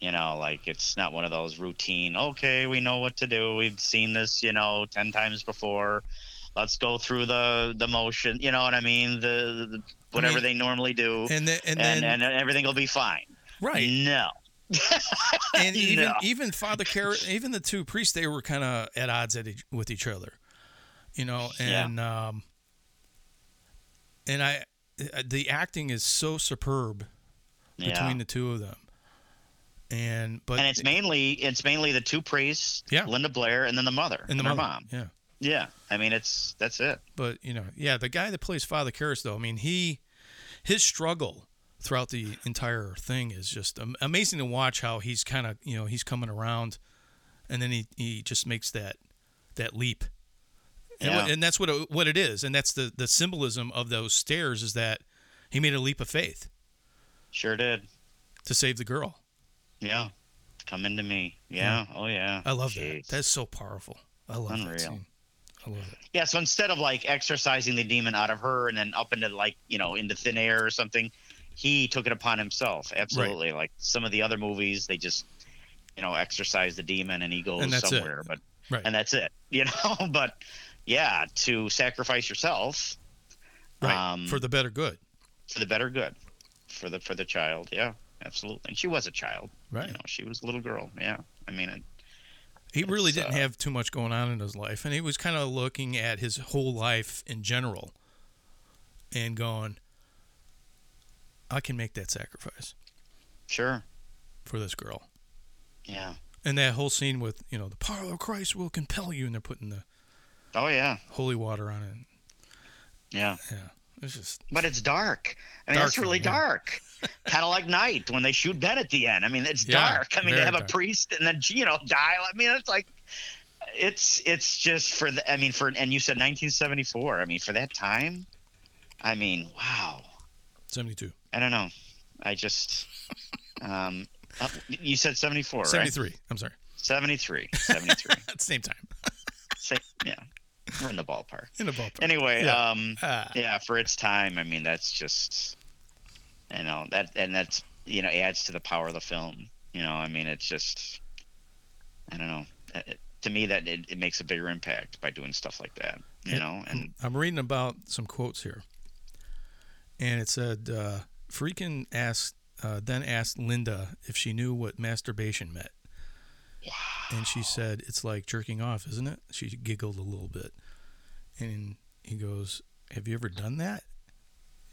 you know like it's not one of those routine okay we know what to do we've seen this you know 10 times before let's go through the the motion you know what i mean the, the whatever
mean-
they normally do
and
and
then and,
and,
then
everything will be fine
right
no
and even
no.
even father Car- even the two priests they were kind of at odds at each, with each other you know
Yeah.
and uh, um and i the acting is so superb
Yeah.
between the two of them. And but
and it's mainly it's mainly the two priests,
Yeah.
Linda Blair, and then the mother
and the
her
mother,
mom.
yeah.
Yeah, I mean it's that's it.
But you know, yeah, the guy that plays Father Karras, though, I mean, he his struggle throughout the entire thing is just am- amazing to watch. How he's kind of you know he's coming around, and then he he just makes that that leap, and, what-
Yeah.
and that's what it, what it is, and that's the the symbolism of those stairs is that he made a leap of faith
Sure did.
to save the girl.
Yeah, come into me. Yeah. Oh yeah.
I love that.
Jeez.
That's so powerful. I love
Unreal.
that scene. I love it.
Yeah. So instead of like exorcising the demon out of her and then up into like you know into thin air or something, he took it upon himself. Absolutely. Like some of the other movies, they just you know exorcise the demon and he goes
And that's it.
somewhere, but
Right.
and that's it. You know, but yeah, to sacrifice yourself
right.
um,
For the better good.
for the better good for the for the child yeah absolutely and she was a child
Right.
you know she was a little girl yeah i mean uh, it,
He really
It's,
didn't
uh,
have too much going on in his life, and he was kind of looking at his whole life in general and going, "I can make that sacrifice
sure
for this girl."
yeah
And that whole scene with you know the power of Christ will compel you, and they're putting the
oh yeah
holy water on it.
yeah
Yeah, it's just
but it's dark i mean
Dark,
it's really
yeah.
dark kind of like night when they shoot ben at the end i mean it's
Yeah,
dark i mean to
very
have
dark.
a priest and then you know die i mean it's like it's it's just for the i mean for and you said 1974 i mean for that time i mean wow
seventy-two,
i don't know i just um uh, you said 74 right
seventy-three. I'm sorry,
73. 73.
at the same time
Say, yeah. We're in the ballpark.
in the ballpark.
Anyway,
Yeah.
um
Ah,
yeah, for its time, I mean that's just you know, that and that's you know, adds to the power of the film. You know, I mean it's just I don't know. uh, It- it- to me that it, it makes a bigger impact by doing stuff like that. You
Yeah.
know, and
I'm reading about some quotes here, and it said, uh, "Freakin asked, uh, then asked Linda if she knew what masturbation meant." And she said, "It's like jerking off, isn't it?" She giggled a little bit, and he goes, "Have you ever done that?"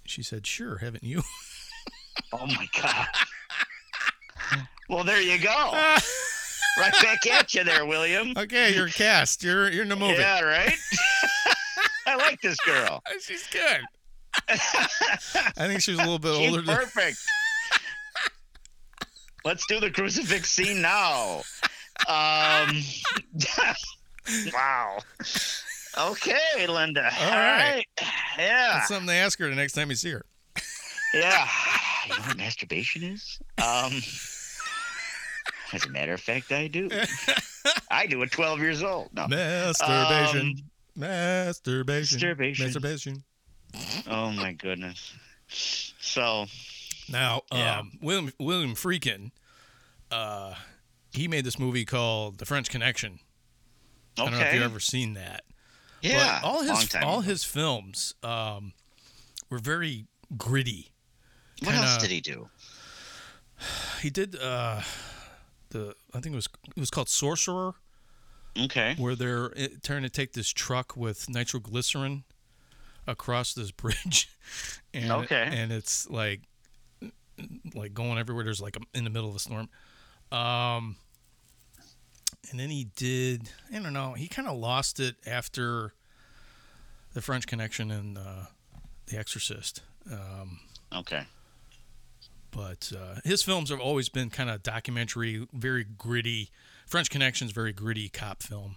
She said, "Sure, haven't you?"
oh my god. well, there you go. right back at you there, William.
okay, you're cast. You're you're in the movie.
Yeah, right? I like this girl.
She's good. I think she was a little bit
She's
older. Than,
perfect. Let's do the crucifix scene now. Um, wow. Okay, Linda.
All
All
right.
right. Yeah.
that's something to ask her the next time you see her.
Yeah. You know what masturbation is? Um, as a matter of fact, I do. I do at 12 years old. No.
Masturbation.
Um,
Masturbation.
Masturbation.
Masturbation.
oh, my goodness. So,
Now,
Yeah.
um, William William Freakin, uh, he made this movie called The French Connection.
okay.
I don't know if you've ever seen that. But
yeah.
all
long
his
time
all
ago.
his films um, were very gritty.
What else
kinda-
did he do?
He did uh, the I think it was it was called Sorcerer,
Okay.
where they're eh, trying to take this truck with nitroglycerin across this bridge, and
Okay.
and it's like like going everywhere. There's like a, in the middle of a storm, um, and then he did I don't know. He kind of lost it after the French Connection and uh, The Exorcist. Um,
Okay.
but uh, his films have always been kind of documentary, very gritty. French Connection's very gritty cop film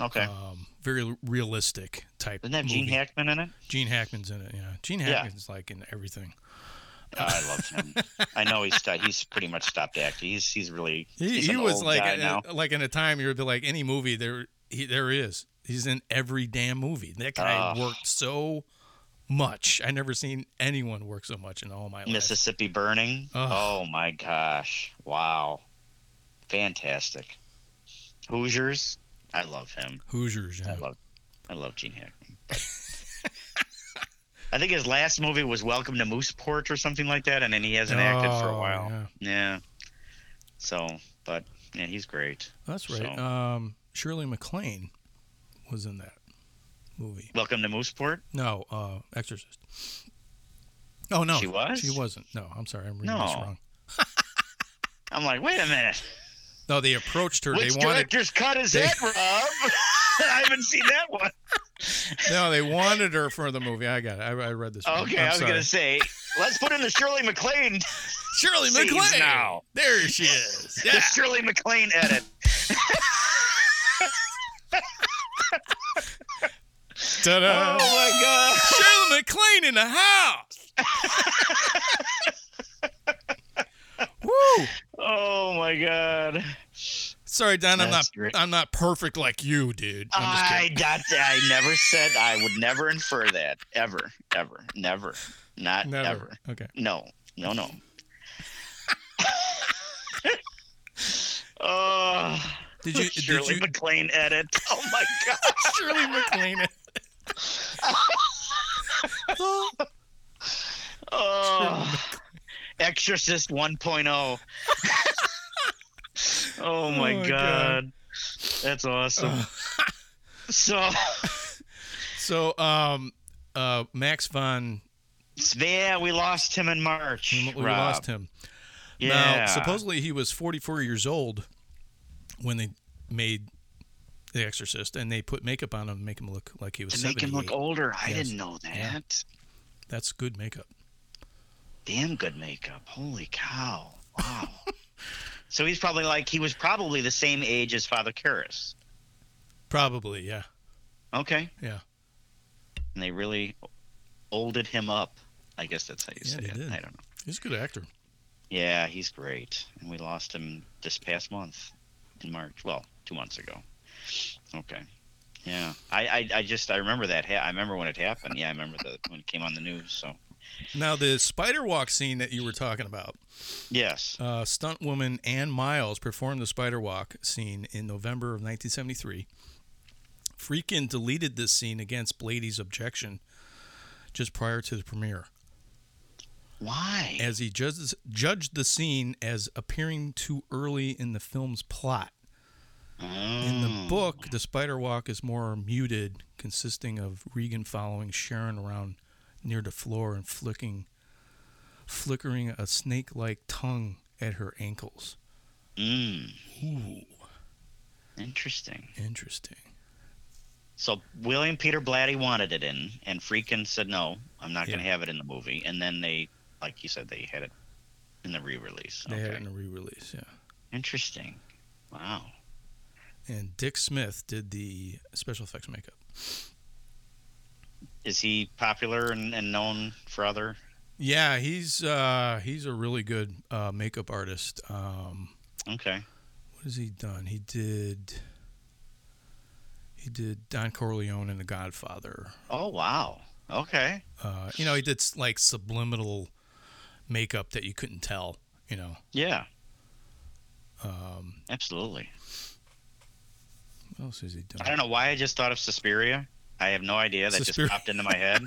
Okay.
um, very realistic type.
Doesn't that have Gene
movie.
Hackman in it?
Gene Hackman's in it. Yeah, Gene
Yeah.
Hackman's like in everything.
I love him. I know he's st- he's pretty much stopped acting. He's he's really
He,
he's
he
an
was
old
like
guy
in
now.
a, like in a time you would be like any movie there he there he is he's in every damn movie. That guy
Ugh.
worked so much. I never seen anyone work so much in all my life.
Mississippi Burning.
Ugh.
Oh my gosh! Wow, fantastic. Hoosiers. I love him.
Hoosiers. Yeah.
I love I love Gene Hackman. I think his last movie was Welcome to Mooseport or something like that, and then he hasn't acted for a
Oh,
while.
yeah.
yeah. So, but yeah, he's great.
That's right.
So-
Um, Shirley MacLaine was in that movie.
Welcome to Mooseport.
No, uh, Exorcist. Oh no,
She was?
She wasn't. No, I'm sorry, I'm reading this
No.
wrong.
I'm like, wait a minute.
No, they approached her.
Which
they wanted
director's cut is
they-
it, Rob? I haven't seen that one.
no, they wanted her for the movie. I got it. I, I read this. wrong.
Okay,
I'm
I was
sorry.
gonna say, let's put in the Shirley MacLaine,
Shirley
scenes
MacLaine.
now.
There she is.
the
Yeah.
Shirley MacLaine edit.
Ta-da.
Oh my god.
Shirley MacLaine in the house. Woo!
Oh my god.
Sorry, Don. I'm not.
That's great.
I'm not perfect like you, dude. I'm just
I
kidding.
got that. I never said I would never infer that ever, ever, never, not
Never.
ever.
Okay.
No, no, no. oh,
Did you?
Shirley
did you?
MacLaine edit. Oh my god.
Shirley MacLaine. oh,
Oh, Exorcist 1.0. oh my
my
god.
God.
That's awesome.
Ugh.
so,
so, um, uh, Max von.
yeah, we lost him in March.
We
Rob.
lost him.
Yeah.
Now, supposedly he was 44 years old when they made The Exorcist, and they put makeup on him to make him look like he was
to make him look
78.
older. I
Yes.
didn't know that.
That's good makeup.
Damn good makeup. Holy cow. Wow. so he's probably like he was probably the same age as Father Karras.
Probably, yeah,
Okay.
yeah.
And they really olded him up. I guess that's how you
Yeah,
say
they
it.
did.
I don't know.
He's a good actor.
Yeah, he's great. And we lost him this past month in March. Well, two months ago. Okay. Yeah. I, I, I just I remember that ha- I remember when it happened. Yeah, I remember the when it came on the news, so
Now, the spider walk scene that you were talking about,
yes.
uh, stunt woman Ann Miles performed the spider walk scene in November of 1973. Freakin deleted this scene against Blady's objection just prior to the premiere.
Why?
as he judges, judged the scene as appearing too early in the film's plot. In the
Oh.
book, the spider walk is more muted, consisting of Regan following Sharon around near the floor and flicking, flickering a snake-like tongue at her ankles.
Mm,
Ooh,
interesting.
interesting.
So William Peter Blatty wanted it in, and Freakin said no, I'm not going to
Yeah.
have it in the movie. And then they, like you said, they had it in the re-release.
They had
Okay.
it in a re-release, yeah.
Interesting. Wow.
And Dick Smith did the special effects makeup.
Is he popular and, and known for other?
Yeah, he's uh, he's a really good uh, makeup artist. Um,
Okay.
What has he done? He did. He did Don Corleone in The Godfather.
Oh wow. Okay.
Uh, you know, he did s- like subliminal makeup that you couldn't tell. You know,
Yeah.
um,
Absolutely.
what else has he done?
I don't know why I just thought of Suspiria. I have no idea. That
Suspiria.
just popped into my head.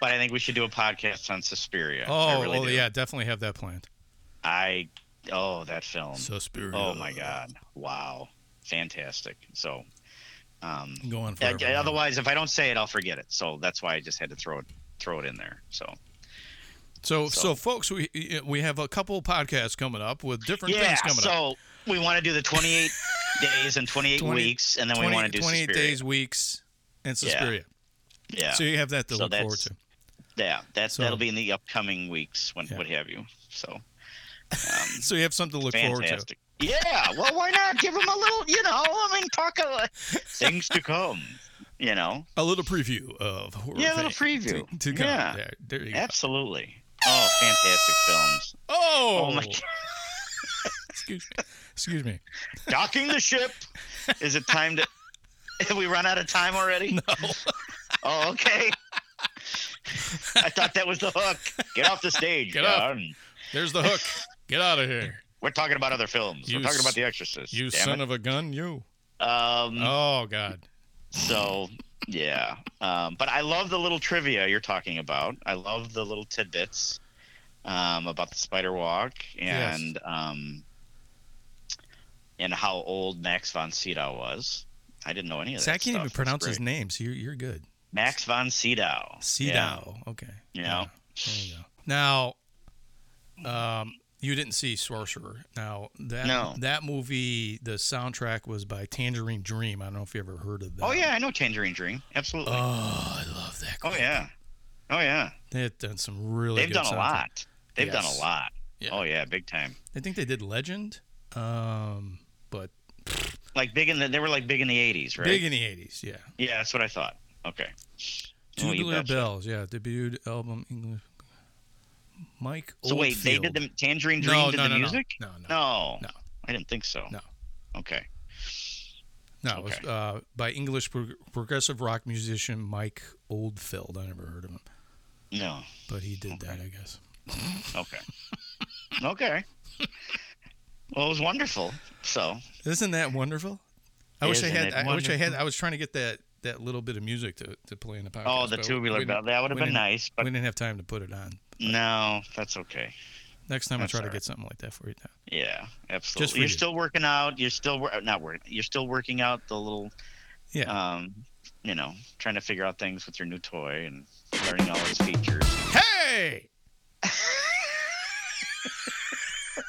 but I think we should do a podcast on Suspiria. I
Oh,
really
well,
do.
yeah, definitely have that planned.
I. Oh, that film.
Suspiria.
Oh my God! Wow, fantastic. So, um,
Go on
I-
forever.
I- otherwise, if I don't say it, I'll forget it. So that's why I just had to throw it throw it in there. So
so, so,
so-
folks, we we have a couple podcasts coming up with different
yeah,
things coming up.
so we want to do the 28 days and 28
20
weeks, and then we want to do
28
Suspiria.
days, weeks, and
Yeah.
Suspiria.
Yeah,
So you have that to
So
look forward
that's-
to.
yeah, that's
so-
that'll be in the upcoming weeks, when
Yeah.
what have you. So um,
So you have something to look forward to.
fantastic. Yeah, well, why not give them a little? You know, I mean, talk about things to come. You know,
A little preview of horror.
Yeah, a little
Fame
preview.
To, to come.
Yeah.
There, there you go.
absolutely. Oh, fantastic films.
Oh,
Oh my god.
Excuse me. Excuse me.
docking the ship. Is it time to? Have we run out of time already?
No.
Oh, okay. I thought that was the hook. Get off the stage.
Get off.
John.
There's the hook. Get out of here.
We're talking about other films.
You
We're talking
s-
about The Exorcist.
You
damn
son
it.
of a gun, you.
um,
Oh God.
So yeah, um, but I love the little trivia you're talking about. I love the little tidbits um, about the spider walk
Yes.
and um, and how old Max von Sydow was. I didn't know any of that.
See, I can't
stuff.
even
That's
pronounce
great.
his name, so you're you're good.
Max von Sydow.
Sidao. Okay.
Yeah.
There you go. Now, um, you didn't see Sorcerer. Now that
No.
that movie, the soundtrack was by Tangerine Dream. I don't know if you ever heard of that.
Oh yeah, I know Tangerine Dream. Absolutely.
Oh, I love that.
oh yeah. Oh yeah.
they've done some really.
They've
good
done
soundtrack.
a lot. They've done
Yes.
a lot.
Yeah.
Oh yeah, big time.
I think they did Legend, um, but
Like big in the they were like big in the eighties, right?
big in the '80s. Yeah,
yeah, that's what I thought. Okay. Oh, you
Tubular
betcha.
Bells. Yeah, debuted album English. Mike.
So wait, they did
Oldfield.
the Tangerine Dream
no,
did
no,
the
no, no.
music?
No, no,
No.
No.
I didn't think so.
No.
Okay.
No, it was
Okay.
uh, by English prog- progressive rock musician Mike Oldfield. I never heard of him,
No.
but he did that, I guess.
Okay. okay. Well, it was wonderful. So
Isn't that wonderful? I wish I
Isn't
had.
it
I wish I had. I was trying to get that that little bit of music to, to play in the podcast.
Oh, the
but
tubular
we
bell.
didn't-
That would have
we
been
didn't-
nice, but
we didn't have time to put it on.
no, that's okay.
Next time I
That's
try to
all right.
get something like that for you.
Yeah, absolutely.
read
you're
it.
still working out. You're still wor- not working. You're still working out the little,
Yeah.
um, you know, trying to figure out things with your new toy and learning all its features.
Hey!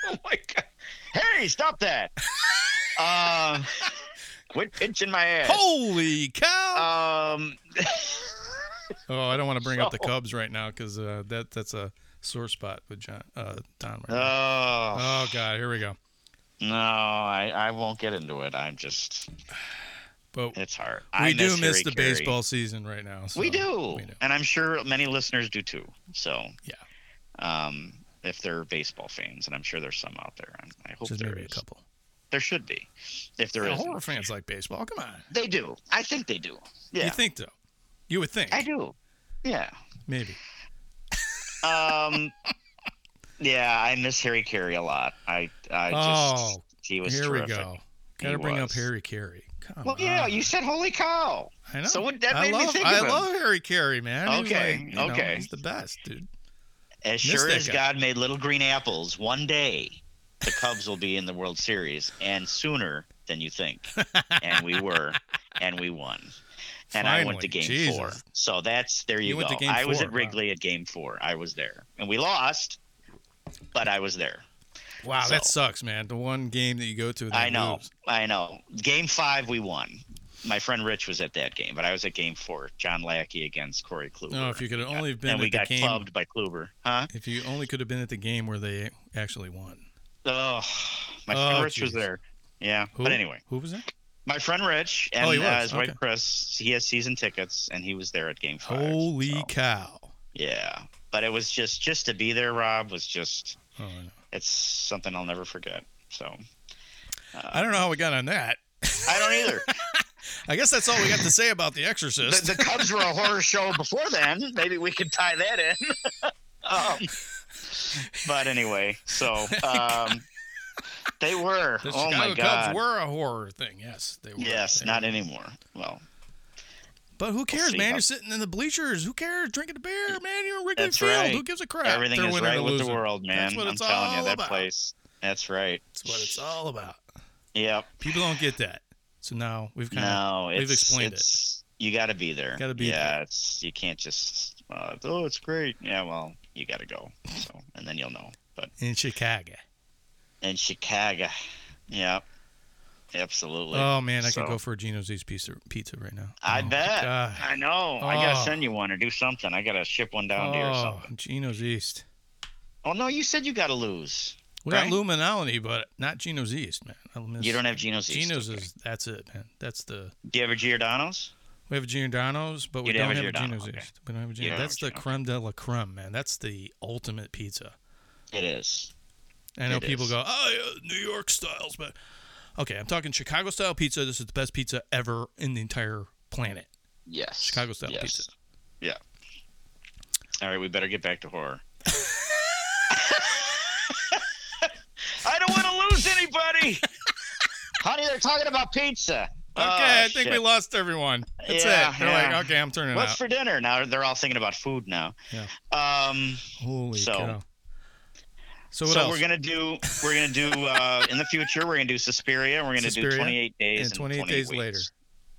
oh my god! Harry, stop that! um, quit pinching my ass.
Holy cow!
Um,
oh, I don't want to bring up the
so-
Cubs right now because uh, that that's a sore spot with John uh, Don. Right now.
oh,
Oh God, here we go.
no, I, I won't get into it. I'm just,
But
it's hard.
we
I
do miss
Harry
the
Carey.
baseball season right now. so
we, do.
we do.
and I'm sure many listeners do too. So
Yeah.
um, if they're baseball fans, and I'm sure there's some out there. I, I hope
Just
Oh, there
maybe a
is.
couple.
There should be. If there
Yeah,
is,
horror fans like baseball. Come on.
they do. I think they do. Yeah,
You think so? You would think.
I do. Yeah.
Maybe.
Um, yeah, I miss Harry Carey a lot. I, I just
Oh,
he was
Here
terrific.
we go. Got to
He
bring up
was.
Harry Carey. Come
Well, yeah,
on.
you said holy cow.
I know.
so what- that
I
made me
love,
think
I
of him.
love Harry Carey, man. He was
Okay,
like, you know,
okay.
he's the best, dude.
As sure
that
as
guy.
God made little green apples, one day the Cubs will be in the World Series, and sooner than you think. And we were, and we won. And I went
Finally,
to game
Jesus.
four. So that's there you,
You
go.
went to game
I was
four,
at Wrigley at game four. I was there. And we lost, but I was there.
Wow, that
So-
sucks, man. The one game that you go to. that
I know.
lose.
I know. Game five, we won. My friend Rich was at that game, but I was at game four. John Lackey against Corey Kluber.
No, Oh, if you could have only have been
and
at
we
the
got
game.
clubbed by Kluber. Huh?
If you only could have been at the game where they actually won.
Oh, my
Oh,
friend Rich was
jeez.
there. Yeah.
Who?
But anyway.
who was that?
My friend Rich and
Oh, he
uh,
was?
his wife
Okay.
Chris, he has season tickets, and he was there at Game Five.
Holy
so,
cow!
Yeah, but it was just just to be there. Rob was just
Oh, I know.
it's something I'll never forget. So uh,
I don't know how we got on that.
I don't either.
I guess that's all we got to say about The Exorcist.
the, the Cubs were a horror show before then. Maybe we could tie that in. um, but anyway, so um, they were.
The
oh
Chicago
my
Cubs
God.
were a horror thing. Yes, they were.
Yes,
They
not
were.
anymore. Well,
But who cares,
see
man?
how-
You're sitting in the bleachers. Who cares? Drinking a beer, man. You're in Wrigley
That's
Field.
right.
Who gives a crap?
everything
They're
is
winning
right
or
with the
losing.
world, man.
That's what
I'm
it's
telling
all
you, that
about.
place. That's right.
That's what it's all about.
Yep.
People don't get that. So now we've kind of
No,
we've
it's,
explained it.
it's, You got to be there.
Gotta be
Yeah,
there.
it's you can't just. Uh, oh, it's great. Yeah, well, you got to go. So, and then you'll know. But
in Chicago.
in Chicago, yeah, absolutely.
Oh man, I
so-
could go for a Geno's East pizza pizza right now.
I
Oh,
bet.
God.
I know. I gotta
Oh.
send you one or do something. I gotta ship one down to you or
Oh,
something.
Geno's East.
Oh no, you said you gotta lose.
We
Right?
got Lou Maloney, but not Geno's East, man. I miss
You don't have Geno's. East,
Geno's
okay.
is that's it, man. That's the
Do you have a Giordano's?
we have a Giordano's, but we
You
don't
don't
have,
have a
a
Giordano,
Geno's
okay.
East. We don't have a
You
Geno's.
don't have
That's
a
the
Giordano.
creme de la creme, man. That's the ultimate pizza.
It is.
I know
It
people
is.
go, oh, yeah, New York styles, but okay, I'm talking Chicago style pizza. This is the best pizza ever in the entire planet.
Yes.
Chicago style
Yes.
pizza.
Yeah. All right, we better get back to horror. I don't want to lose anybody. Honey, they're talking about pizza.
Okay, I think we
Oh, shit.
lost everyone. That's
Yeah,
it. They're
yeah.
like, okay, I'm turning
What's
out.
for dinner? Now they're all thinking about food now.
Yeah.
Um,
Holy
So-
cow. So what
so
else?
we're gonna do. We're gonna do uh, in the future. We're gonna do Suspiria. and We're gonna
Suspiria
do 28 days
and 28 days later.
weeks.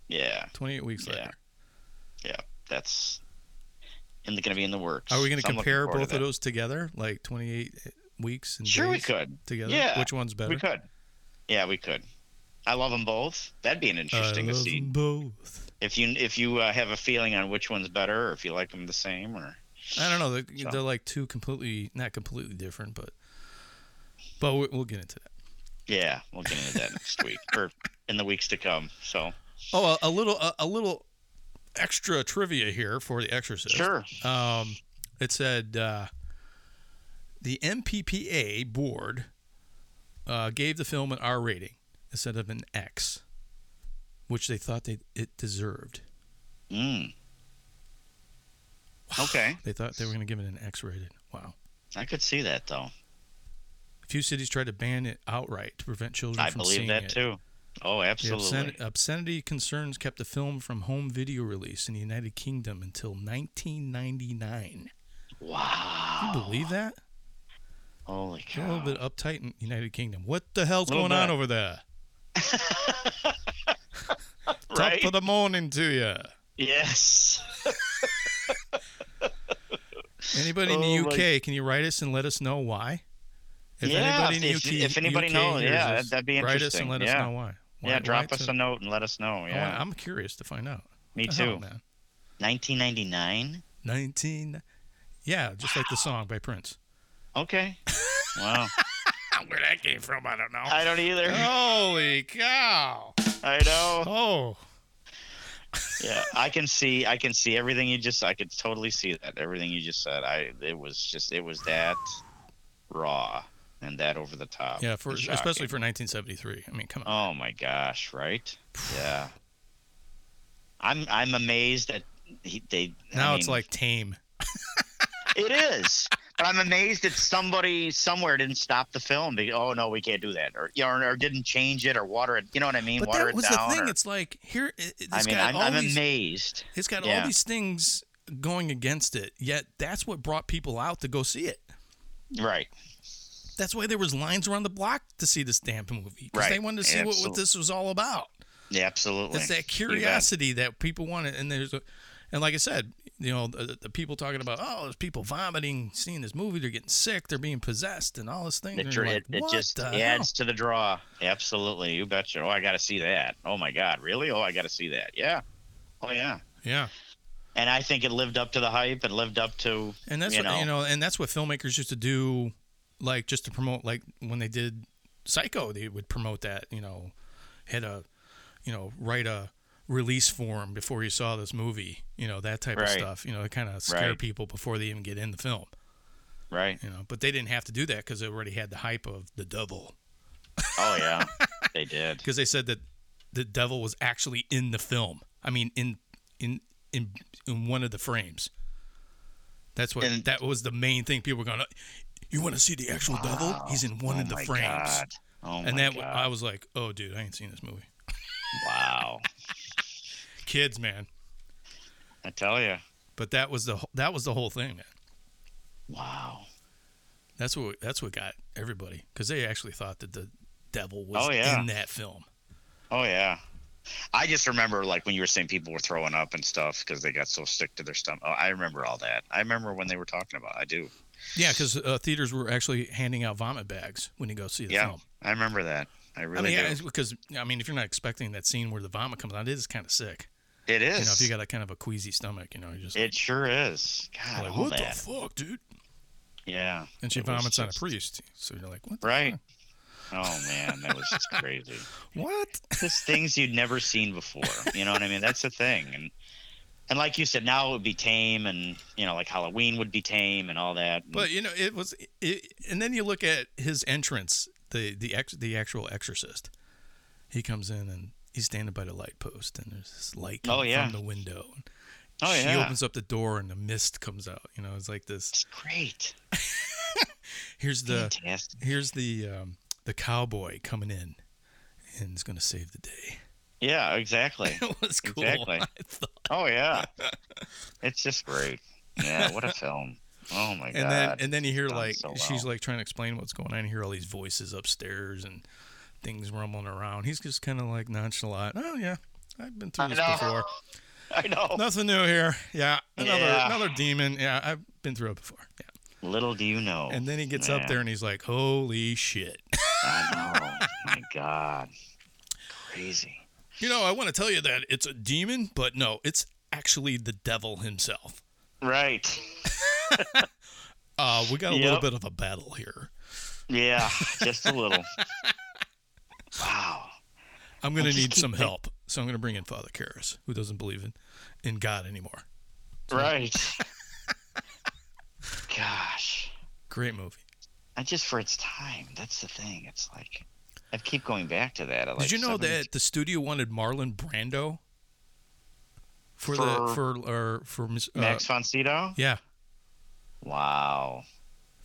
Yeah,
28 weeks
Yeah.
later.
that's in the, gonna be in the works.
Are we going to
So I'm looking
compare
forward to
both of
that.
those together, like 28 weeks and
Sure, we
days
could.
together?
Yeah,
Which one's better?
We could. Yeah, we could. I love them both. That'd be an interesting
I
to
love
see.
them both.
If you if you uh, have a feeling on which one's better, or if you like them the same, or
I don't know. They're,
So.
they're like two completely, not completely different, but but we- we'll get into that.
yeah, we'll get into that next week or in the weeks to come. So
Oh, a, a little a, a little extra trivia here for The Exorcist.
sure,
Um, it said uh, the MPPA board uh, gave the film an R rating instead of an X, which they thought they it deserved.
mm. okay,
They thought they were going to give it an X rated. Wow.
I could see that though.
A few cities tried to ban it outright to prevent children
I
from
believe
seeing
that
it.
too. Oh,
The obscen-
absolutely.
obscenity concerns kept the film from home video release in the United Kingdom until 1999. Can you
Wow.
believe that?
Holy
They're a
cow.
little bit uptight in United Kingdom. What the hell's
Little
going on
bit.
over there?
right?
Top of the morning to you.
yes.
Anybody in
Oh,
the
my-
UK, can you write us and let us know why?
yeah.
the
if, if anybody knows,
hears
yeah,
us,
that'd be
Write us
interesting.
and let us
yeah.
know why. why
yeah,
why
drop
it's
us
a-
a note and let us know.
I
Yeah.
wanna- Oh, I'm curious to find out.
Me
The hell,
too.
man.
1999.
19. Yeah, just like the song by Prince.
Okay. Wow.
Where that came from, I don't know.
I don't either.
Holy cow.
I know.
Oh.
Yeah, I can see. I can see everything you just. I could totally see that. Everything you just said. I. It was just. It was that raw and that over the top.
Yeah, for
and
especially
shocking.
for 1973. I mean, come on.
Oh my gosh! Right? Yeah. I'm. I'm amazed that he, they. I
now it's
mean,
like tame.
It is. But I'm amazed that somebody somewhere didn't stop the film. Because, oh no, we can't do that, or you know, or, or didn't change it, or water it. You know what I mean?
But
water
that was
it
the
down.
thing.
or-
It's like here it, it's
I mean,
got
I'm,
all
I'm
these
amazed.
It's got
Yeah.
all these things going against it, yet that's what brought people out to go see it.
Right.
That's why there was lines around the block to see this damn movie because
Right.
they wanted to see what, what
Absolutely.
this was all about.
Yeah, absolutely.
It's that
You bet.
curiosity that people wanted, and there's, a, and like I said, you know, the, the people talking about oh, there's people vomiting, seeing this movie, they're getting sick, they're being possessed, and all this thing.
It,
and
dr-
you're
it,
like,
it
what
just
the
adds to the draw. Absolutely. You betcha. Oh, I got to see that. Oh, my God. Really? Oh, I got to see that. Yeah. Oh, yeah.
hell? Yeah,
And I think it lived up to the hype. It lived up to.
and that's
You
what you
know.
know, and that's what filmmakers used to do, like just to promote, like when they did Psycho, they would promote that, you know, had a, you know, write a release form before you saw this movie, you know, that type of
Right.
stuff, you know, to kind of scare
Right.
people before they even get in the film,
Right.
you know. But they didn't have to do that because they already had the hype of the devil,
Oh, yeah. they did.
because they said that the devil was actually in the film. I mean, in in in in one of the frames. That's what
And-
that was the main thing people were going. to You want to see the actual devil? He's in one
oh
of the
my
frames.
God. Oh,
and
my
that
God.
I was like, oh dude, I ain't seen this movie.
wow.
Kids, man.
I tell you.
But that was the wh- that was the whole thing, man.
Wow.
That's what that's what got everybody because they actually thought that the devil was
Oh, yeah.
in that film.
Oh, yeah. I just remember, like, when you were saying people were throwing up and stuff because they got so sick to their stomach. Oh, I remember all that. I remember when they were talking about it. I do.
Yeah, because uh, theaters were actually handing out vomit bags when you go see the
Yeah.
film.
I remember that. I really
I mean,
do.
yeah, it's because I mean, if you're not expecting that scene where the vomit comes out, it is kind of sick.
It is.
You know, if you got a kind of a queasy stomach, you know, you just
it sure is. God,
like,
all
what
that.
the fuck, dude?
yeah.
And she
It was
vomits on a
just-
priest, so you're like, what? The
Right.
fuck?
Oh man, that was just crazy.
What?
Just things you'd never seen before. You know what I mean? That's the thing. And and like you said, now it would be tame, and you know, like Halloween would be tame, and all that.
But you know, it was, it, and then you look at his entrance, the the ex, the actual exorcist. He comes in and he's standing by the light post, and there's this light
Oh,
coming
yeah.
from the window.
oh
she
yeah,
opens up the door, and the mist comes out. You know, it's like this.
it's great.
Here's the
Fantastic.
here's the um, the cowboy coming in, and he's gonna save the day.
Yeah, exactly.
It was cool.
Exactly.
I thought.
Oh yeah, it's just great. Yeah, what a film. Oh my
And then
god.
and then you hear
done
like
so
she's
well.
like trying to explain what's going on. You hear all these voices upstairs and things rumbling around. He's just kind of like nonchalant. Oh yeah, I've been through
I
this
know.
before.
I know.
Nothing new here. Yeah. Another
Yeah.
another demon. Yeah, I've been through it before. Yeah.
Little do you know.
And then he gets up
Oh, man.
there and he's like, "Holy shit."
I know. My God. Crazy.
You know, I want to tell you that it's a demon, but no, it's actually the devil himself.
Right.
Uh, we got a little
Yep.
bit of a battle here.
Yeah. Just a little. wow.
I'm going
I
to
just
need
keep
some
think-
help. So I'm going to bring in Father Karras, who doesn't believe in, in God anymore.
Right. Gosh.
Great movie.
And just for its time. That's the thing. It's like I keep going back to that. I like
Did you know
70s.
that the studio wanted Marlon Brando for, the for or for Miss- uh,
Max von Sydow?
Yeah,
Wow.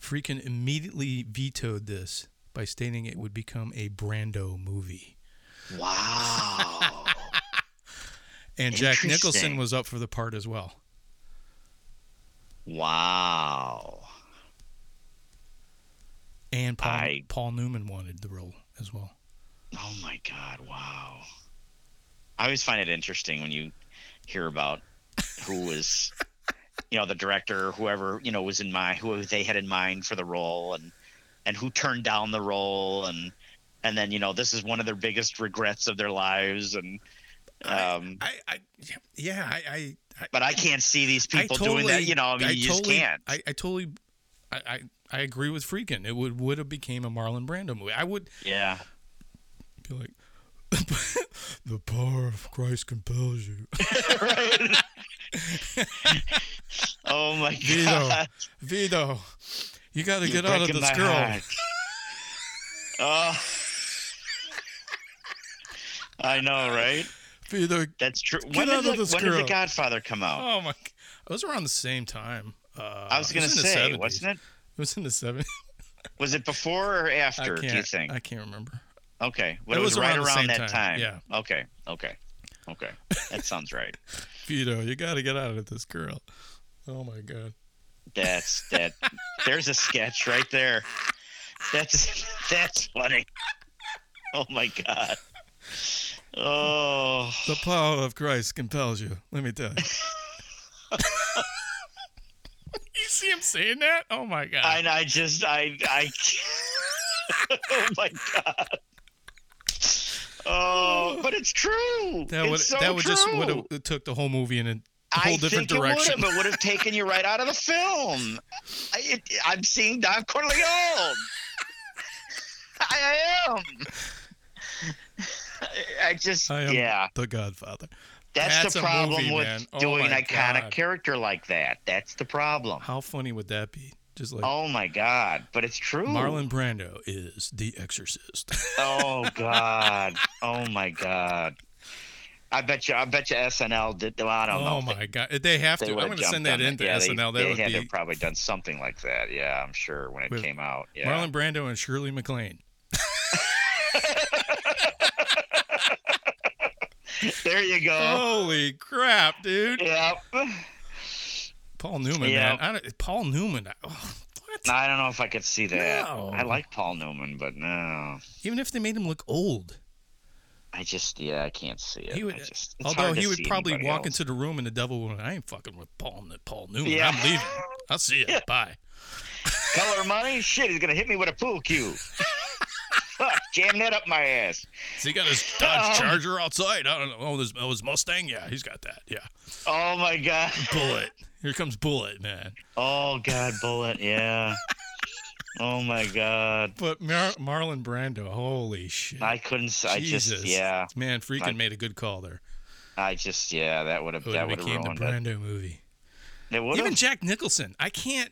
freaking immediately vetoed this by stating it would become a Brando movie.
Wow.
And Jack Nicholson
Interesting.
was up for the part as well.
wow.
And Paul,
I-
Paul Newman wanted the role as well.
Oh my God! Wow. I always find it interesting when you hear about who was, you know, the director, whoever you know was in mind, who they had in mind for the role, and and who turned down the role, and and then you know this is one of their biggest regrets of their lives, and um,
I, I yeah, I, I,
but I can't see these people doing that. You know, I mean, you just
totally,
can't.
I, I totally, I, I, I agree with Freakin. It would would have became a Marlon Brando movie. I would
yeah.
be like, the power of Christ compels you.
Right. oh my
Vito.
God.
Vito, you got to
You're
get out of
breaking
this
my
girl.
heart. Oh. Uh, I know, right?
Vito,
That's true. When,
out
did
of
the,
this
when
girl.
did The Godfather come out?
oh my, g- those were around the same time. Uh,
I was
it
going to
in the
say,
70s.
wasn't it?
It was in the seventies.
Was it before or
I
after,
can't.
do you think?
I can't remember.
okay. Well,
It
it,
was
was, right
around the same
around that
time,
time.
yeah.
Okay. Okay. Okay. That sounds right.
Vito, you got to get out of this girl. Oh my god.
That's that. There's a sketch right there. That's that's funny. Oh my god. Oh,
The power of Christ compels you. Let me tell you. you see him saying that? Oh my god.
I, I just I I. oh my god. Oh, but it's true.
that would
it's so
that would
true.
just would have took the whole movie in a whole
I
different
think
direction.
It would have. It would have taken you right out of the film. I, it, I'm seeing Don Corleone. I am. I- I just,
I am
yeah.
the Godfather.
That's,
that's a
the problem
movie,
with
man. Oh
doing an
my
iconic
God.
character like that. That's the problem.
How funny would that be? Just like
Oh my God. But it's true.
Marlon Brando is the exorcist.
Oh God. oh my God. I bet you. I bet you SNL did. Well, I don't know.
oh
if
my god. They have
they
to.
would
I'm
have
going to send
jumped on
that in to
Yeah, they-
SNL.
They,
That
had to
would
have
be
probably done something like that. Yeah, I'm sure when it
With
came out. Yeah.
Marlon Brando and Shirley MacLaine.
There you
Oh.
go.
Holy crap, dude.
Yeah.
Paul Newman,
Yeah.
man. I don't, Paul Newman. I- oh, what?
I don't know if I could see that.
No.
I like Paul Newman, but no.
Even if they made him look old,
I just yeah, I can't see it.
He would-
I just, it's
although
hard to
he would
see
probably
anybody
walk
else.
into the room and the devil would. I ain't fucking with Paul Paul Newman.
Yeah.
I'm leaving. I'll see you. Bye.
color money. Shit, he's gonna hit me with a pool cue. Fuck, jam that up my ass.
So he got his Dodge
Um.
Charger outside. I don't know. Oh, this, oh, his Mustang. Yeah, he's got that. Yeah,
Oh my god.
Bullet. Here comes Bullet, man.
Oh god, bullet. Yeah. Oh my god.
But Mar- Marlon Brando. Holy shit.
I couldn't. s- I
Jesus.
just yeah.
Man, freaking
I-
made a good call there. Oh,
I just yeah. That would have.
It would have
That would have
became the
ruined it.
Brando movie.
It would
Even
have.
Jack Nicholson. I can't.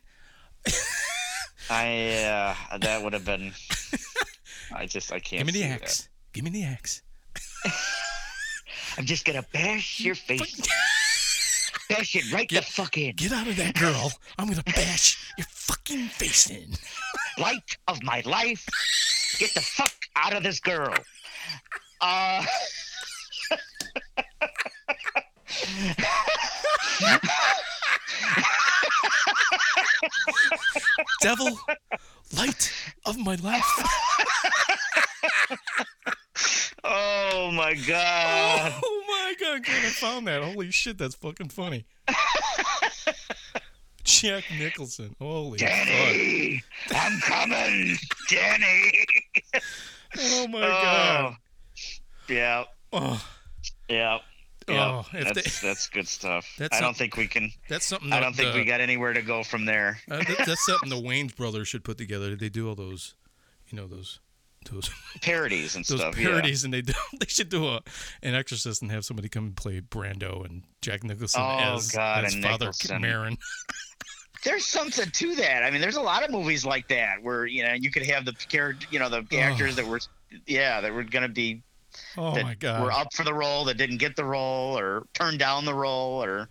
I uh, that would have been. I just I can't.
Give me the
see
axe. Give me the axe.
that. I'm just gonna bash your face. bash it right the fuck in.
Get out of that girl. I'm gonna bash your fucking face in.
light of my life. Get the fuck out of this girl. Uh.
Devil, light of my life.
Oh my god. Um,
Oh my god. so glad I found that. Holy shit, that's fucking funny. Jack Nicholson. Holy fuck.
Danny, I'm coming, Danny.
Oh my god.
Yeah,
Oh,
yeah. Yeah,
Oh, if
that's, that's good stuff.
That's
I don't
not-
think we can.
that's something.
I
that
don't think
the-
we got anywhere to go from there.
uh, that- that's something the Wayne's brothers should put together. They do all those, you know, those, those,
Parodies and
those
stuff. yeah.
parodies, and they do. They should do a an Exorcist and have somebody come and play Brando and Jack Nicholson
Oh,
as,
God,
as
and
Father
Nicholson.
Marin.
There's something to that. I mean, there's a lot of movies like that where you know you could have the character, you know, the actors that were, yeah, that were gonna be
Oh
that
my god.
were up for the role that didn't get the role or turned down the role or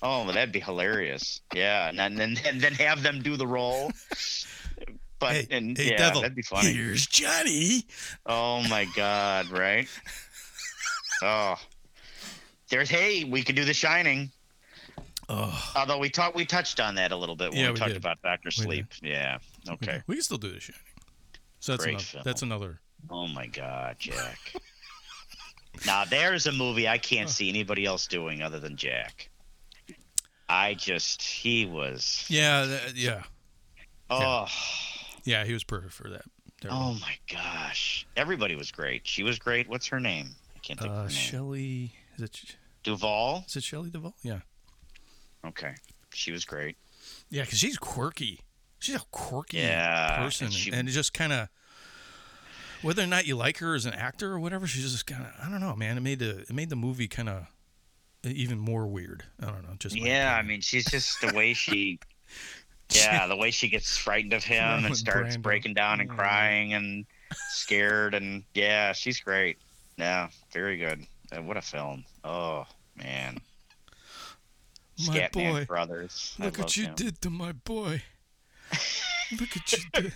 oh well, that'd be hilarious yeah and then and, then have them do the role but
Hey,
and
hey
yeah
devil,
that'd be funny
here's Johnny.
oh my god right oh there's hey we could do the shining
Oh,
although we talked we touched on that a little bit when
Yeah,
we,
we
talked
did.
about dr
We
sleep yeah okay
we can still do The Shining. So that's
Great
another,
film.
that's another.
oh my god jack now there's a movie i can't see anybody else doing other than jack i just he was
Yeah, th- yeah,
oh
yeah. He was perfect for that. There we go.
oh my gosh everybody was great she was great what's her name i can't think of
uh,
her name
Shelley is it
duval
is it Shelley Duvall? Yeah,
okay she was great
yeah, because she's quirky. She's a quirky
Yeah,
person,
and she-
and it just kind of whether or not you like her as an actor or whatever, she's just kind of I don't know, man. It made the it made the movie kind of even more weird. I don't know, just my
yeah i
opinion.
mean she's just the way she yeah the way she gets frightened of him
With
and starts
Brando.
breaking down and
Yeah.
crying and scared and yeah she's great yeah very good Uh, what a film oh man
my
Scatman
boy.
Brothers. I
Look
love
what you
him.
did to my boy. Look what you did.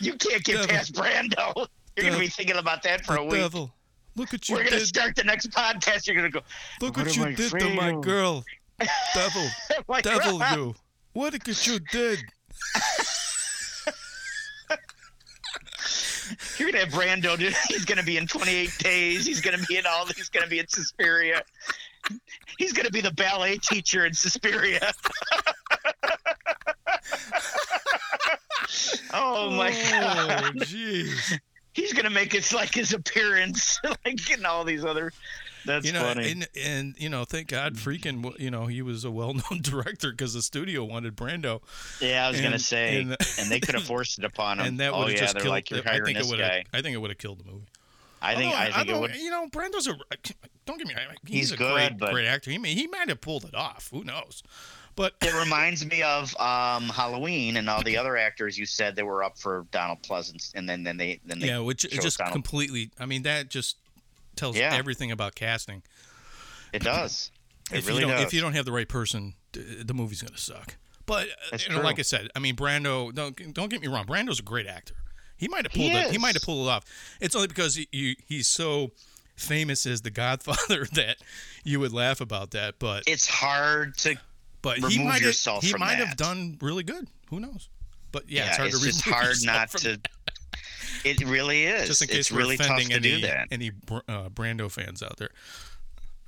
You can't get
Devil.
past Brando. You're
Devil.
gonna be thinking about that for a
The
week.
devil. Look what you
We're gonna
did.
start the next podcast. You're gonna go.
Look
What
what,
am
you
I
did to
afraid
my
of?
girl. Devil.
Like,
Devil you. What could you did?
You're gonna have Brando. Dude. He's gonna be in 28 Days. He's gonna be in all. He's gonna be in Suspiria. He's gonna be the ballet teacher in Suspiria. oh my god.
Oh, jeez.
He's gonna make his like his appearance, like in all these other. That's
You know,
funny.
and and you know, thank God, freaking, you know, he was a well-known director because the studio wanted Brando,
yeah, I was gonna
and-
say,
and-
and, they could have forced it upon him.
and that
oh
would have
yeah,
just
they're
killed.
like you're
I
hiring
think it
this
would
guy.
have. I think it would have killed the movie.
I think
Although,
I think it
although,
would.
You Oh, know, Brando's a. Don't get me. I- He's,
He's
a
good,
great,
but-
great actor. He may, he might have pulled it off. Who knows? But
It reminds me of um, Halloween and all the other actors you said they were up for Donald Pleasance, and then then they then they
yeah, which it
shows
just
Donald-
completely. I mean, that just tells
Yeah.
everything about casting.
it does. It
if
really
you don't,
does.
If you don't have the right person, th- the movie's gonna suck. But uh,
That's
you know, like
true.
I said, I mean, Brando. Don't don't get me wrong. Brando's a great actor. He might have
He
pulled it. He
is.
might have pulled it off. It's only because he, you, he's so famous as the Godfather that you would laugh about that. But
It's hard to
but he
remove
might have,
yourself
he
from
might have
that.
done really good. Who knows? But yeah,
yeah,
it's hard
it's
to
just
remove
hard
yourself
not
from-
to. It really is.
Just in case
it's
we're
really tough
offending
to
any
do that.
any Br- uh, Brando fans out there.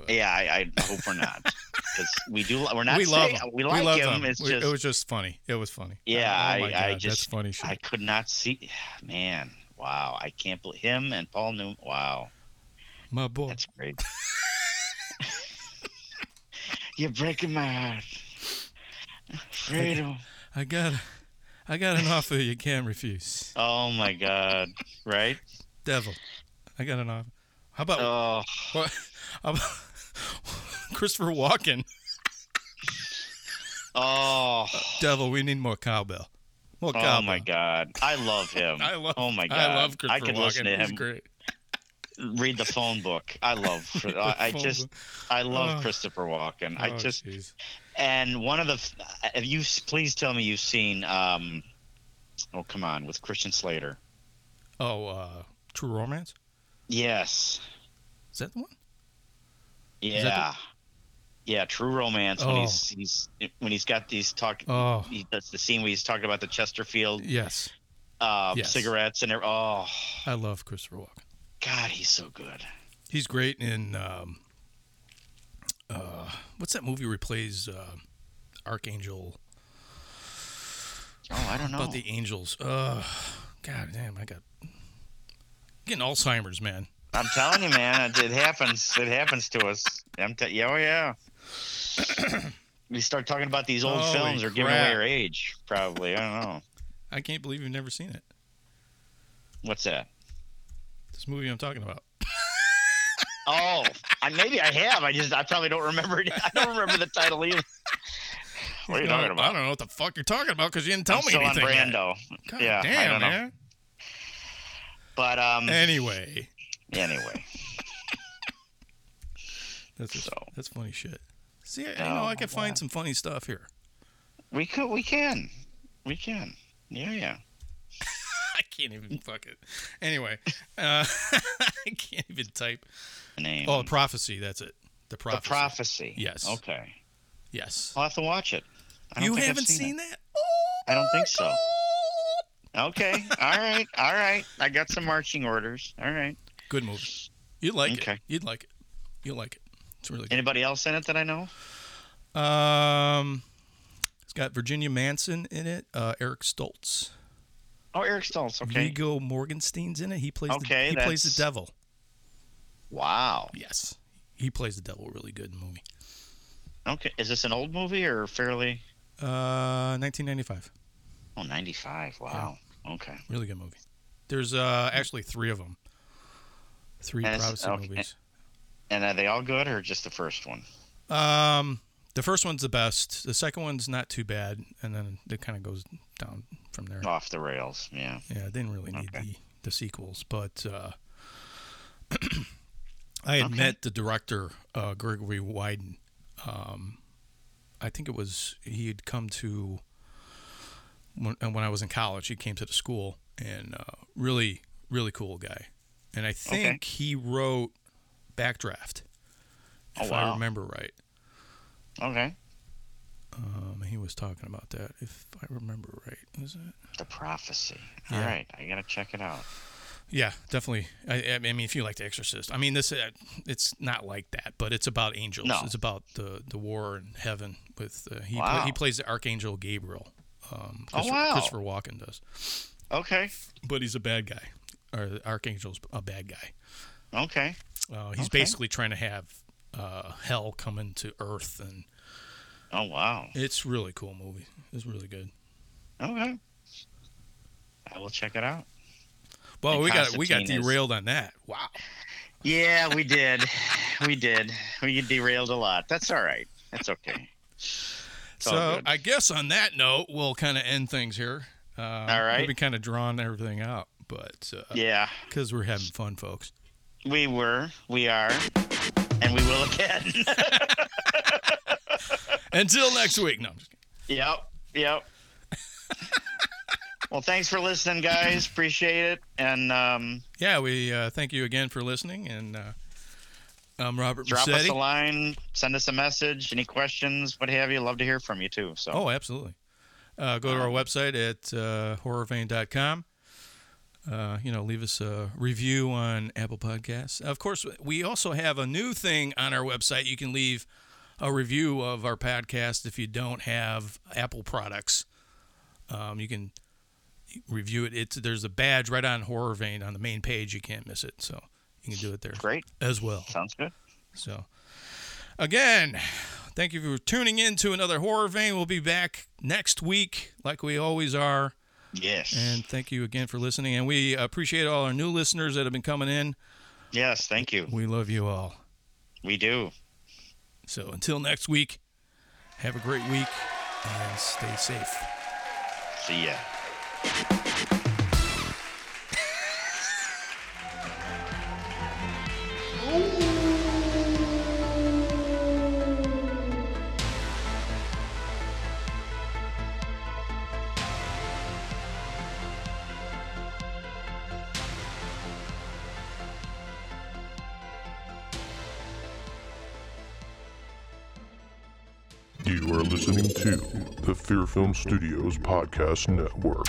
yeah, I, I hope we're not because we do. We're not.
we love
saying-
him.
We like
love
him.
him.
It's
We-
just
it was just funny. It was funny.
Yeah,
Oh my
I-
God,
I
that's
just-
funny shit.
I could not see. Man, wow! I can't believe him and Paul Newman. Wow.
My boy.
That's great. You're breaking my heart. Freedom.
I got I got an offer you can't refuse.
Oh my god. Right?
Devil. I got an offer. How about,
Oh
how about Christopher Walken?
oh,
Devil, we need more cowbell. More cowbell.
oh my god. I love him.
I love
oh my god.
I love Christopher
I could
Walken.
listen to
He's
him
great.
read the phone book. I love I, I
phone
just
book.
I love
Oh.
Christopher Walken. I
Oh,
just
jeez.
and one of the have you please tell me you've seen um oh come on with Christian Slater.
Oh, uh True Romance?
Yes.
Is that the one? that
Yeah. Yeah, True Romance when
Oh.
he's he's when he's got these talk
Oh,
he does the scene where he's talking about the Chesterfield
yes.
uh,
Yes.
cigarettes and every- oh
I love Christopher Walken.
God, he's so good.
He's great in um, uh, what's that movie where he plays uh, Archangel
Oh, I don't know.
about the angels? Uh, God damn, I got getting Alzheimer's, man.
I'm telling you, man, it, it happens. It happens to us. I'm t- yeah, oh yeah. we start talking about these old
Holy
films or giving away
crap.
our age, probably. I don't know.
I can't believe you've never seen it.
What's that?
This movie I'm talking about.
Oh, I, maybe I have. I just I probably don't remember. It. I don't remember the title either. What are you
No,
talking
I
about?
don't know what the fuck you're talking about because you didn't tell
I'm
me
still
anything.
on
yet.
Brando.
God
Yeah, I
damn,
don't know.
man.
But um,
Eh. Anyway,
anyway,
that's just,
So.
that's funny shit. See, I, you know, I
Oh,
can find some funny stuff here.
we could, we can, we can. Yeah, yeah.
I can't even
Mm.
fuck it. Anyway, uh, I can't even type.
Name.
Oh, prophecy. That's it. The
Mm. the
prophecy.
prophecy.
Yes.
Okay.
yes.
I'll have to watch it. I don't
You
think I've
haven't
seen it.
seen, that? Oh,
I don't think so. Okay. All right. All right. I got some marching orders. All right.
Good movie. You'd like it.
Okay.
You'd like it. You'll like it. It's really good.
Anybody else in it that I know?
Um, it's got Virginia Manson in it. Uh, Eric Stoltz.
Oh, Eric Stoltz. Okay.
Vigo Morgenstein's in it. He plays.
Okay,
the, he plays
that's-
the devil.
Wow.
Yes, he plays the devil really good in the movie.
Okay. Is this an old movie or fairly?
Uh, 1995.
Oh, 95. Wow. Okay.
Really good movie. There's uh actually three of them. Three
Yes,
prophecy
okay.
movies.
And are they all good or just the first one?
Um, the first one's the best. The second one's not too bad, and then it kind of goes down from there.
Off the rails. Yeah.
Yeah, they didn't really need
Okay.
the, the sequels, but uh, I had met the director uh, Gregory Wyden. Um, I think it was he had come to when, and when I was in college. He came to the school and uh, really, really cool guy. And I think he wrote Backdraft,
Oh,
if I
wow.
remember right.
Okay.
Um, he was talking about that, if I remember right. Was it?
The prophecy. All
Yeah.
right. I got to check it out.
Yeah, definitely. I, I mean, if you like The Exorcist, I mean, this uh, it's not like that, but it's about angels.
No.
It's about the the war in heaven with uh, he
Wow.
play, he plays the archangel Gabriel. Um,
Oh,
Christopher,
wow.
Christopher Walken does,
Okay.
but he's a bad guy, or the archangel's a bad guy.
Okay.
Uh, he's
Okay.
basically trying to have uh, hell come into Earth, and
Oh, wow.
it's really cool movie. It's really good.
Okay. I will check it out.
Well,
And
we got we got
Constantine is-
derailed on that. Wow.
Yeah, we did. We did. We derailed a lot. That's all right. That's okay. It's all
So
good.
I guess on that note, we'll kind of end things here. Uh,
All right.
We've been kind of drawing everything out, but
yeah,
because we're having fun, folks.
we were, we are, and we will again.
Until next week. No, I'm just kidding.
yep, yep. well, thanks for listening, guys. Appreciate it. And um,
Yeah, we uh, thank you again for listening, and uh, I'm Robert
drop us a
Massetti.
line, send us a message, any questions, what have you. Love to hear from you too. So,
Oh, absolutely. Uh, go to our website at uh, horrorvein.com. Uh, you know, leave us a review on Apple Podcasts. Of course, we also have a new thing on our website. You can leave a review of our podcast if you don't have Apple products. Um, you can review it. It's there's a badge right on Horror Vein on the main page. You can't miss it, so you can do it there
great.
as well.
Sounds good.
So, again, thank you for tuning in to another Horror Vein. We'll be back next week, like we always are.
Yes.
And thank you again for listening. And we appreciate all our new listeners that have been coming in.
yes. Thank you.
We love you all.
We do.
So, until next week, have a great week and stay safe.
See ya.
You are listening to the Fear Film Studios Podcast Network.